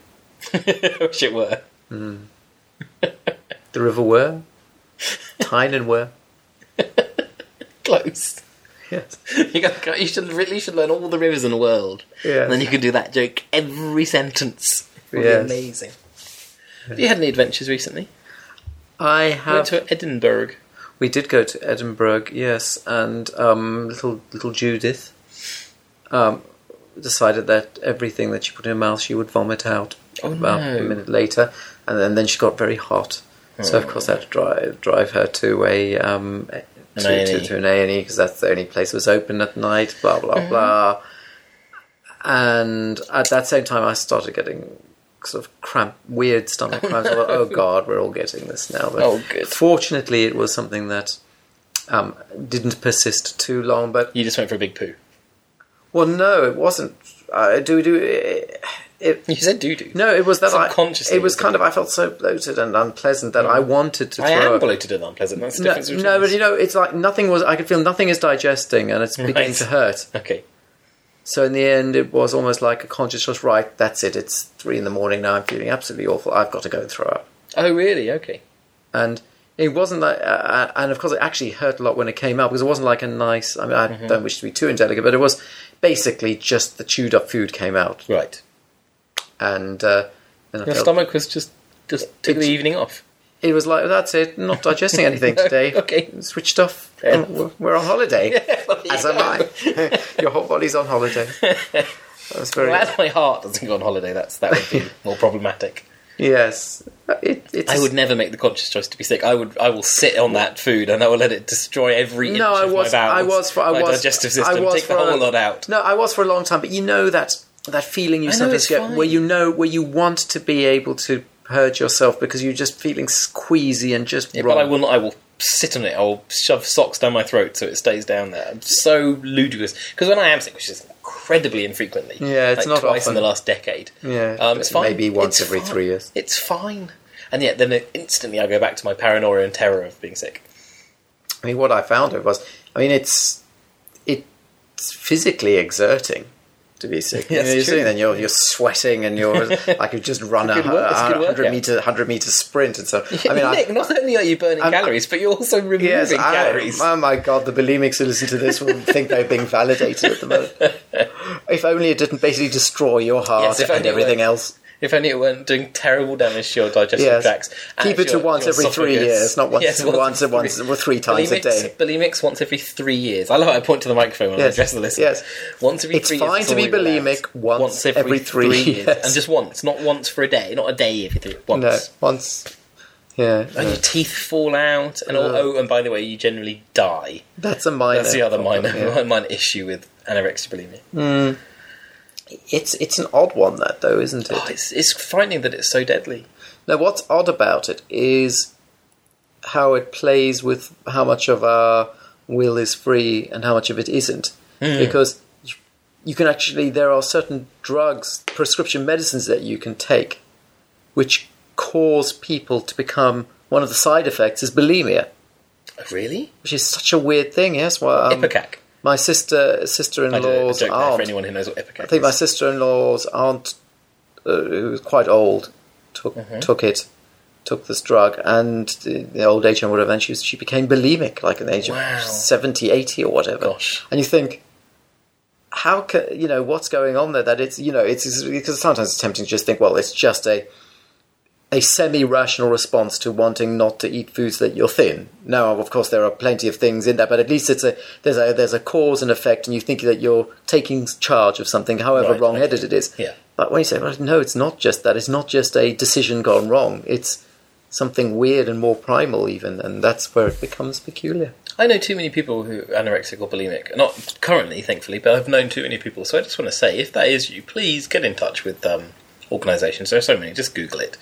S2: I wish it were.
S1: The river were? Tyne and were?
S2: Close.
S1: Yes.
S2: You, got, you should really should learn all the rivers in the world.
S1: Yes.
S2: And then you could do that joke every sentence. It would
S1: Yes.
S2: be amazing. Have you had any adventures recently?
S1: I
S2: I
S1: have.
S2: went to Edinburgh.
S1: We did go to Edinburgh, yes, and um, little little Judith um, decided that everything that she put in her mouth she would vomit out
S2: Oh,
S1: about
S2: no.
S1: a minute later, and then, then she got very hot. So of course I had to drive drive her to a um,
S2: An
S1: to, to,
S2: A&E.
S1: to an A and E because that's the only place that was open at night. Blah blah blah. And at that same time, I started getting sort of cramp, weird stomach cramps. I thought, oh god, we're all getting this now. But
S2: Oh, good.
S1: Fortunately, it was something that um, didn't persist too long. But
S2: You just went for a big poo.
S1: well, no, it wasn't. I do do it. it
S2: You said doo doo.
S1: no, it was that I.
S2: Subconsciously,
S1: It was
S2: wasn't
S1: kind of. I felt so bloated and unpleasant that I wanted to.
S2: I
S1: throw
S2: am
S1: up.
S2: bloated and unpleasant. That's the
S1: No,
S2: difference between
S1: no, but
S2: us.
S1: you know, it's like nothing was. I could feel nothing is digesting, and it's beginning
S2: Right.
S1: to hurt.
S2: Okay.
S1: So in the end, it was almost like a conscious choice. Right, that's it. It's three in the morning now. I'm feeling absolutely awful. I've got to go and throw up.
S2: Oh, really? Okay.
S1: And it wasn't like, uh, and of course, it actually hurt a lot when it came out because it wasn't like a nice. I mean, I
S2: Mm-hmm.
S1: don't wish to be too indelicate, but it was basically just the chewed up food came out,
S2: Right.
S1: and uh, then I
S2: Your
S1: felt-
S2: stomach was just just took the
S1: It's-
S2: evening off.
S1: It was like that's it. Not digesting anything today.
S2: Okay.
S1: switched off.
S2: Fair
S1: Oh, we're- We're on holiday. As am I. Your whole body's on holiday. That's very
S2: Glad my heart doesn't go on holiday. That's that would be more problematic.
S1: yes. It, it's
S2: I would never make the conscious choice to be sick. I would. I will sit on that food and I will let it destroy every inch
S1: no. I
S2: of
S1: was.
S2: my bowels,
S1: I was. For, I
S2: my
S1: was.
S2: digestive system.
S1: I was
S2: Take the
S1: for
S2: whole
S1: a-
S2: lot out.
S1: No, I was for a long time. But you know that that feeling you
S2: know,
S1: sometimes
S2: it's
S1: get
S2: fine.
S1: where you know where you want to be able to purge yourself because you're just feeling squeezy and just wrong.
S2: But I will not. I will sit on it. I'll shove socks down my throat so it stays down there. I'm so ludicrous because when I am sick, which is incredibly infrequently,
S1: Yeah, it's
S2: like
S1: not
S2: twice
S1: often.
S2: in the last decade.
S1: Yeah,
S2: um, it's fine.
S1: maybe once
S2: It's
S1: every
S2: fine.
S1: three years.
S2: It's fine, and yet then it- instantly I go back to my paranoia and terror of being sick.
S1: I mean, what I found it was, I mean, it's it's physically exerting to be sick.
S2: Yes,
S1: you are
S2: true.
S1: sitting there, and you're you're sweating, and you're like you've just run a,
S2: It's a good work- it's a good
S1: hundred
S2: workout.
S1: meter hundred meter sprint and so. I mean,
S2: Nick,
S1: I,
S2: not only are you burning
S1: I'm-
S2: calories, but you're also removing
S1: yes, I-
S2: calories.
S1: oh my god, the bulimics who listen to this will think they're being validated at the moment. If only it didn't basically destroy your heart
S2: Yes, if
S1: and
S2: only it
S1: everything
S2: were.
S1: else.
S2: if only it weren't doing terrible damage to your digestive
S1: Yes.
S2: tracts. and
S1: Keep it to
S2: your-
S1: once
S2: your
S1: every three
S2: esophagus.
S1: years, not once- once-
S2: every
S1: once- well, three times a
S2: Bulimics-
S1: day.
S2: Bulimics once every three years. I love how I point to the microphone when I
S1: Yes,
S2: address the listener.
S1: yes.
S2: Once every
S1: It's
S2: three
S1: fine
S2: years.
S1: to be
S2: that's all you're allowed.
S1: bulimic once every three years.
S2: And just once, not once for a day, not a day every three, once.
S1: No, once. Yeah,
S2: And your teeth fall out, and all,
S1: Uh.
S2: oh, and by the way, you generally die.
S1: that's a minor.
S2: That's the other
S1: problem,
S2: minor,
S1: yeah.
S2: minor issue with anorexia bulimia.
S1: It's it's an odd one, that though, isn't it?
S2: Oh, it's, it's frightening that it's so deadly.
S1: Now, what's odd about it is how it plays with how much of our will is free and how much of it isn't.
S2: Hmm.
S1: Because you can actually, there are certain drugs, prescription medicines that you can take, which cause people to become. One of the side effects is bulimia,
S2: Really?
S1: which is such a weird thing. Yes, well, um,
S2: Ipecac.
S1: my sister
S2: I did a
S1: sister-in-law's
S2: joke there for
S1: aunt
S2: anyone who knows what Ipecac
S1: I think my
S2: is.
S1: sister-in-law's aunt, uh, who was quite old, took
S2: Mm-hmm.
S1: took it, took this drug, and the, the old age and whatever, and she, was, she became bulimic, like an age
S2: Wow.
S1: of 70, 80 or whatever.
S2: Gosh.
S1: And you think, how can, you know, what's going on there? That it's, you know, it's, it's- because sometimes it's tempting to just think, well, it's just a, a semi-rational response to wanting not to eat foods that you're thin. Now, of course, there are plenty of things in that, but at least it's a there's a there's a cause and effect, and you think that you're taking charge of something, however
S2: Right,
S1: wrong-headed it is.
S2: Yeah.
S1: But when you say, well, no, it's not just that. It's not just a decision gone wrong. It's something weird and more primal, even, and that's where it becomes peculiar.
S2: I know too many people who are anorexic or bulimic. Not currently, thankfully, but I've known too many people. So I just want to say, if that is you, please get in touch with um, organisations. There are so many. Just Google it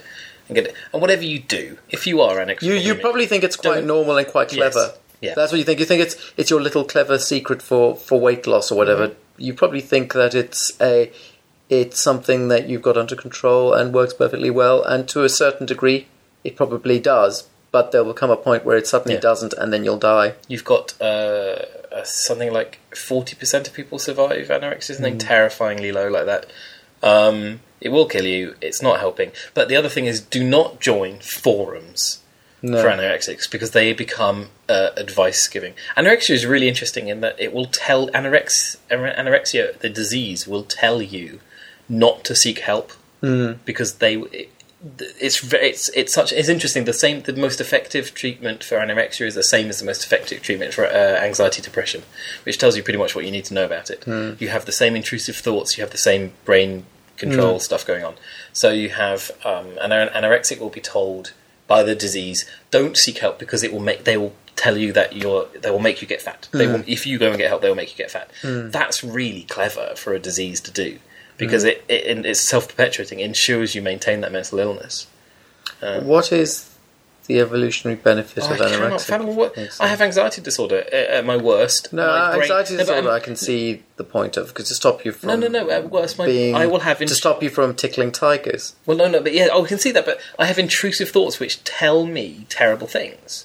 S2: and get it. And whatever you do, if you are anorexic,
S1: You
S2: or
S1: you
S2: bulimic-
S1: probably think it's quite
S2: Don't-
S1: normal and quite
S2: Yes.
S1: clever.
S2: Yeah.
S1: That's what you think. You think it's it's your little clever secret for, for weight loss or whatever.
S2: Mm-hmm.
S1: You probably think that it's a it's something that you've got under control and works perfectly well and to a certain degree it probably does, but there will come a point where it suddenly
S2: Yeah.
S1: doesn't and then you'll die.
S2: you've got uh, uh, something like forty percent of people survive anorexia,
S1: Hmm.
S2: something terrifyingly low like that. Um, it will kill you. It's not helping. But the other thing is, do not join forums
S1: No.
S2: for anorexics because they become uh, advice giving. Anorexia is really interesting in that it will tell anorex- anore- anorexia, the disease, will tell you not to seek help because they. It, it's ve- it's it's such it's interesting. The same the most effective treatment for anorexia is the same as the most effective treatment for uh, anxiety depression, which tells you pretty much what you need to know about it. You have the same intrusive thoughts, you have the same brain control stuff going on. So you have um, an an anorexic will be told by the disease, don't seek help because it will make they will tell you that you're they will make you get fat. They
S1: Hmm.
S2: will, if you go and get help, they will make you get fat. That's really clever for a disease to do
S1: Hmm.
S2: because it, it and it's self perpetuating, ensures you maintain that mental illness.
S1: What is the evolutionary benefit
S2: Oh, Uh, I
S1: of
S2: cannot
S1: anorexia?
S2: fathom what
S1: Yes.
S2: I have anxiety disorder at, at my worst.
S1: No,
S2: my brain-
S1: anxiety
S2: No, but
S1: disorder.
S2: I'm-
S1: I can see the point of because to stop you from
S2: No, no, no. At worst, my
S1: being
S2: I will have
S1: to
S2: int-
S1: stop you from tickling tigers.
S2: Well, no, no, but yeah, oh, I can see that. But I have intrusive thoughts which tell me terrible things.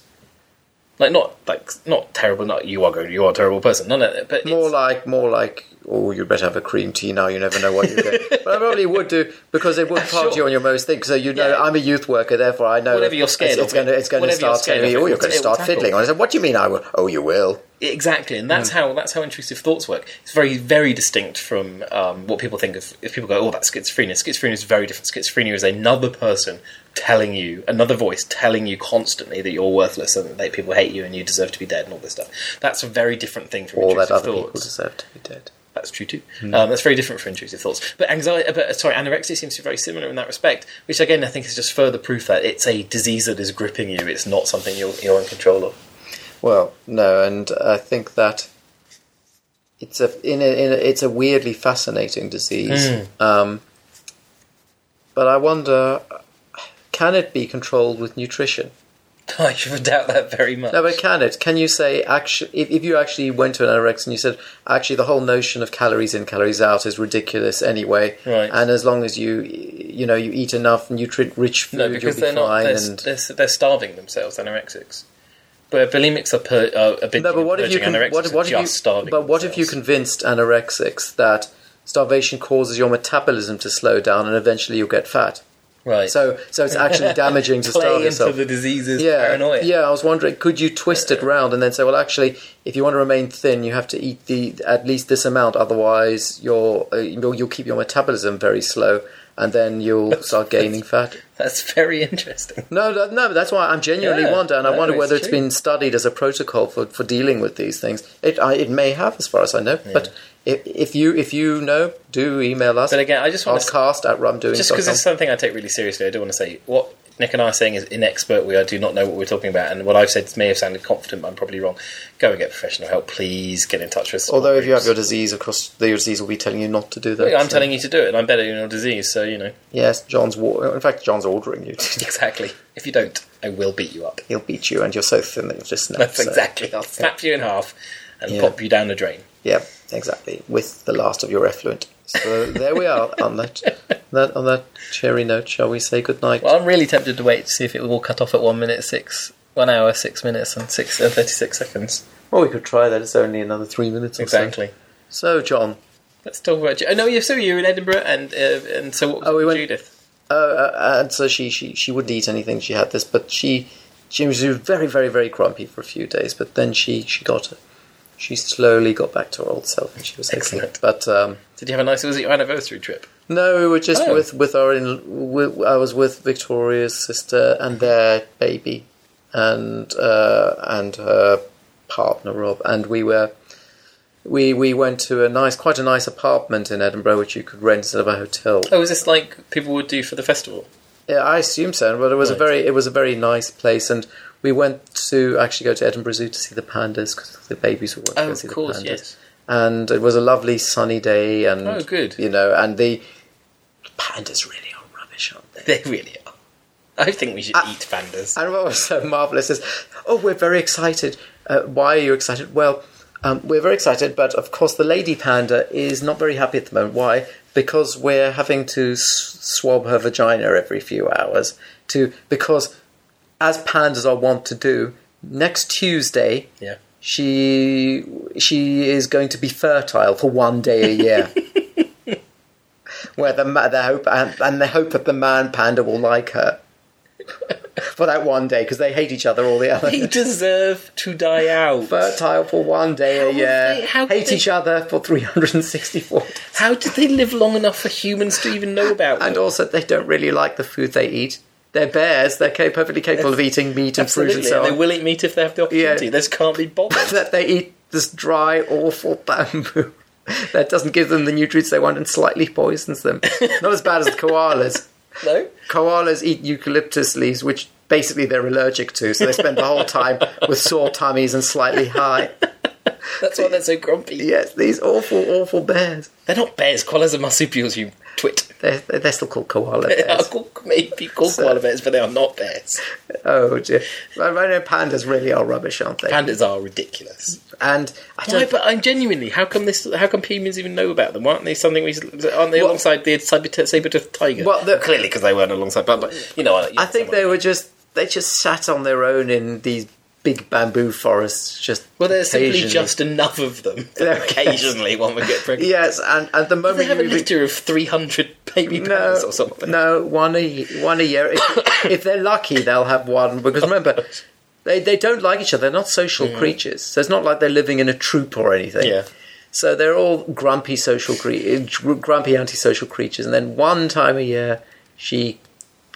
S2: Like not like not terrible. Not you are going. You are a terrible person. None of that. But
S1: More
S2: it's-
S1: like, more like, oh, you better have a cream tea now. You never know what you're getting. but I probably would do because it would prompt
S2: Sure.
S1: you on your most things. So you know,
S2: Yeah.
S1: I'm a youth worker, therefore I know
S2: Whatever you're
S1: it's,
S2: scared of,
S1: it's going to it's going to
S2: whatever you're
S1: start telling
S2: scared
S1: me,
S2: of,
S1: oh,
S2: it
S1: you're
S2: will-
S1: going
S2: it
S1: to
S2: will
S1: start
S2: tackle.
S1: fiddling. And I said, what do you mean? I will? Oh, you will.
S2: Exactly, and that's how that's how intrusive thoughts work. It's very very distinct from um, what people think of. If people go, "Oh, that's schizophrenia," schizophrenia is very different. Schizophrenia is another person telling you, another voice telling you constantly that you're worthless and that people hate you and you deserve to be dead and all this stuff. That's a very different thing from
S1: All that
S2: intrusive
S1: other
S2: thoughts.
S1: people Hmm. deserve to be dead.
S2: That's true too. Um, that's very different for intrusive thoughts. But anxiety, but uh, sorry, anorexia seems to be very similar in that respect, which again I think is just further proof that it's a disease that is gripping you. It's not something you're, you're in control of.
S1: Well, no, and I think that it's a in a, in a it's a weirdly fascinating disease.
S2: Hmm.
S1: Um, but I wonder, can it be controlled with nutrition?
S2: I would doubt that very much.
S1: No, but can it? Can you say actually, if, if you actually went to an anorexia and you said, actually, the whole notion of calories in, calories out is ridiculous anyway,
S2: Right.
S1: and as long as you, you know, you eat enough nutrient-rich food,
S2: No,
S1: you'll
S2: because
S1: be
S2: they're
S1: fine.
S2: not. They're,
S1: and
S2: they're, they're starving themselves, anorexics. But bulimics are per, uh, a bit.
S1: No, but what if you can?
S2: anorexics
S1: What,
S2: are
S1: what if
S2: just
S1: you?
S2: starving?
S1: But what if you
S2: themselves.
S1: convinced anorexics that starvation causes your metabolism to slow down and eventually you'll get fat?
S2: Right.
S1: So, so it's actually damaging to
S2: play
S1: starve
S2: into
S1: yourself.
S2: the diseases
S1: yeah,
S2: paranoia.
S1: yeah. I was wondering, could you twist it round and then say, well, actually, if you want to remain thin, you have to eat the at least this amount, otherwise, you'll uh, you'll, you'll keep your metabolism very slow, and then you'll start gaining fat.
S2: That's very interesting.
S1: No, that, no, that's why I'm genuinely
S2: Yeah,
S1: wonder, and I
S2: no,
S1: wonder
S2: it's
S1: whether it's
S2: true.
S1: been studied as a protocol for, for dealing with these things. It I, it may have, as far as I know, but if, if you if you know, do email us.
S2: But again, I just want to
S1: podcast at rumdoing.com.
S2: just because it's something I take really seriously. I do want to say what Nick and I are saying is inexpert. We are do not know what we're talking about, and what I've said may have sounded confident, but I'm probably wrong. Go and get professional help, please. Get in touch with. us.
S1: Although if you have your disease, of course, the, your disease will be telling you not to do that.
S2: I'm telling you to do it, and I'm better in your disease, so you know
S1: Yes, John's. War- in fact, John's ordering you. to-
S2: exactly. If you don't, I will beat you up.
S1: He'll beat you, and you're so thin that you'll just snap.
S2: That's
S1: so-
S2: exactly. I'll snap you in half and
S1: Yeah.
S2: pop you down the drain.
S1: Yeah, exactly. With the last of your effluent. So there we are. On that, that on that cheery note, shall we say good night?
S2: Well, I'm really tempted to wait to see if it will all cut off at one minute six, one hour six minutes and six and thirty six seconds.
S1: Well, we could try that. It's only another three minutes. Or
S2: Exactly.
S1: So. so, John.
S2: Let's talk about. Ju- Oh no, you so you were in Edinburgh, and uh, and so what was
S1: Oh, we went-
S2: Judith?
S1: Uh, uh, and so she, she she wouldn't eat anything. She had this, but she she was very very very grumpy for a few days. But then she she got she slowly got back to her old self, and she was
S2: Excellent.
S1: But um,
S2: Did you have a nice? Was it your anniversary trip?
S1: no, we were just
S2: Oh.
S1: with with our in, with, I was with Victoria's sister and their baby, and uh, and her partner Rob, and we were. We, we went to a nice, quite a nice apartment in Edinburgh, which you could rent instead of a hotel.
S2: Oh, was this like people would do for the festival?
S1: Yeah, I assume so. But it was a
S2: Right.
S1: very it was a very nice place, and we went to actually go to Edinburgh Zoo to see the pandas because the babies were wanting to
S2: Oh,
S1: go
S2: of
S1: see
S2: course,
S1: the pandas.
S2: yes.
S1: And it was a lovely sunny day, and
S2: Oh, good.
S1: You know, and the pandas really are rubbish, aren't they?
S2: They really are. I think we should
S1: Ah.
S2: eat pandas.
S1: And what was so marvellous is, oh, we're very excited. Uh, why are you excited? Well, um, we're very excited, but of course the lady panda is not very happy at the moment. Why? Because we're having to s- swab her vagina every few hours. To because, as pandas are wont to do, next Tuesday
S2: Yeah.
S1: she she is going to be fertile for one day a year. Where the ma- the hope and, and the hope that the man panda will like her for that one day because they hate each other all the other.
S2: They deserve to die out.
S1: fertile for one day a
S2: How would
S1: year.
S2: they- how could
S1: hate
S2: they-
S1: each other for 364.
S2: How did they live long enough for humans to even know about
S1: And
S2: them?
S1: also, they don't really like the food they eat. They're bears. They're ca- perfectly capable of eating meat and fruit and
S2: Absolutely,
S1: so
S2: and
S1: on.
S2: they will eat meat if they have the opportunity.
S1: Yeah.
S2: They just can't be bothered.
S1: that they eat this dry, awful bamboo that doesn't give them the nutrients they want and slightly poisons them. Not as bad as koalas.
S2: no,
S1: Koalas eat eucalyptus leaves, which basically they're allergic to, so they spend the whole time with sore tummies and slightly high.
S2: that's why they're so grumpy.
S1: Yes, these awful, awful bears.
S2: They're not bears. Koalas are marsupials. You twit.
S1: They're, they're still called koala
S2: They are
S1: bears.
S2: called, maybe called koala bears, but they are not bears.
S1: Oh dear. I know pandas really are rubbish, aren't they?
S2: Pandas are ridiculous.
S1: And I
S2: Why?
S1: don't.
S2: But I'm genuinely. How come this? How come humans even know about them? Aren't they something? We, aren't they
S1: Well-
S2: alongside the saber tooth tiger?
S1: Well, the-
S2: clearly because they weren't alongside. But, but you know, you know
S1: I think
S2: someone-
S1: they were just. They just sat on their own in these big bamboo forests, just.
S2: Well, there's simply
S1: occasionally.
S2: just enough of them. that
S1: There-
S2: occasionally, one would get pregnant.
S1: Yes, and at the
S2: They
S1: moment
S2: have a
S1: you
S2: litter of 300 baby pandas or
S1: no,
S2: something.
S1: no, one a ye- one a year. If, if they're lucky, they'll have one because remember, they they don't like each other. They're not social creatures, so it's not like they're living in a troop or anything.
S2: Mm-hmm. Yeah.
S1: So they're all grumpy social cre- grumpy antisocial creatures, and then one time a year, she.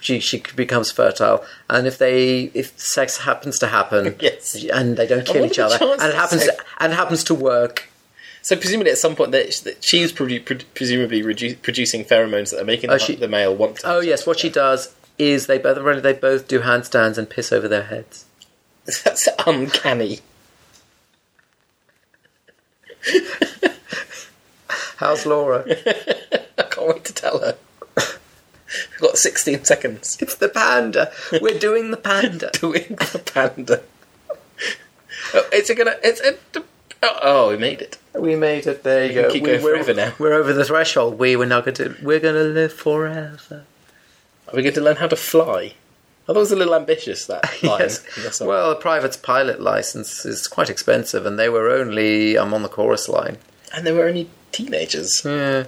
S1: She, she becomes fertile, and if they if sex happens to happen,
S2: Yes.
S1: and they don't kill
S2: what
S1: each
S2: are the
S1: other, and it
S2: chances?
S1: happens and it happens to work,
S2: So presumably, at some point, that that she was produ- produ- presumably redu- producing pheromones that are making
S1: Oh,
S2: the,
S1: she-
S2: the male want to.
S1: Oh yes, what she does is they both really they both do handstands and piss over their heads.
S2: That's uncanny.
S1: How's Laura?
S2: I can't wait to tell her. We've got 16 seconds.
S1: it's the panda. We're doing the panda.
S2: Doing the panda. Oh, it's gonna. It's a. Oh, oh, we made it.
S1: We made it. There you go.
S2: keep
S1: we,
S2: going
S1: we're,
S2: forever now.
S1: We're over the threshold. We were not going to. We're going to live forever.
S2: Are we going to learn how to fly? I thought it was a little ambitious that line.
S1: yes.
S2: That's all.
S1: Well, a private's pilot license is quite expensive, and they were only. I'm on the chorus line.
S2: and they were only teenagers.
S1: Yeah.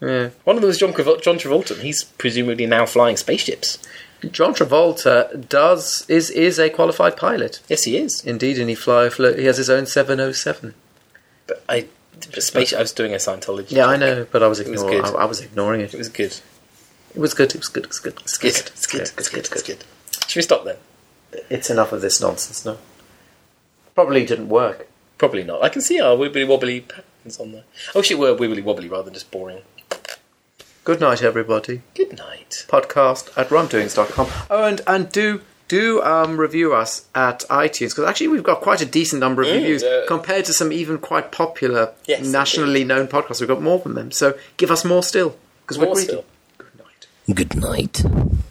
S1: Yeah.
S2: One of them was John, Cravol- John Travolta. and He's presumably now flying spaceships.
S1: John Travolta does is is a qualified pilot
S2: Yes, he is.
S1: indeed, and he fly. flo- He has his own 707.
S2: But I, but space. I was doing a Scientology.
S1: Yeah, I
S2: joke.
S1: know, but I was
S2: was
S1: ignoring. I,
S2: good.
S1: I was ignoring it.
S2: It was good.
S1: It was good. It was good. It was good. It's
S2: Good. It's good. It's good. It's good. Should we stop then?
S1: It's enough of this nonsense now. Probably didn't work.
S2: Probably not. I can see our wibbly wobbly patterns on there. I wish it were wibbly wobbly rather than just boring.
S1: Good night, everybody.
S2: Good night.
S1: Podcast at rumdoings.com. Oh, and and do do um review us at iTunes because actually we've got quite a decent number of reviews
S2: uh,
S1: compared to some even quite popular
S2: Yes,
S1: nationally known podcasts. We've got more than them, so give us more still because we're
S2: More
S1: greedy.
S2: still.
S1: Good night.
S4: Good night.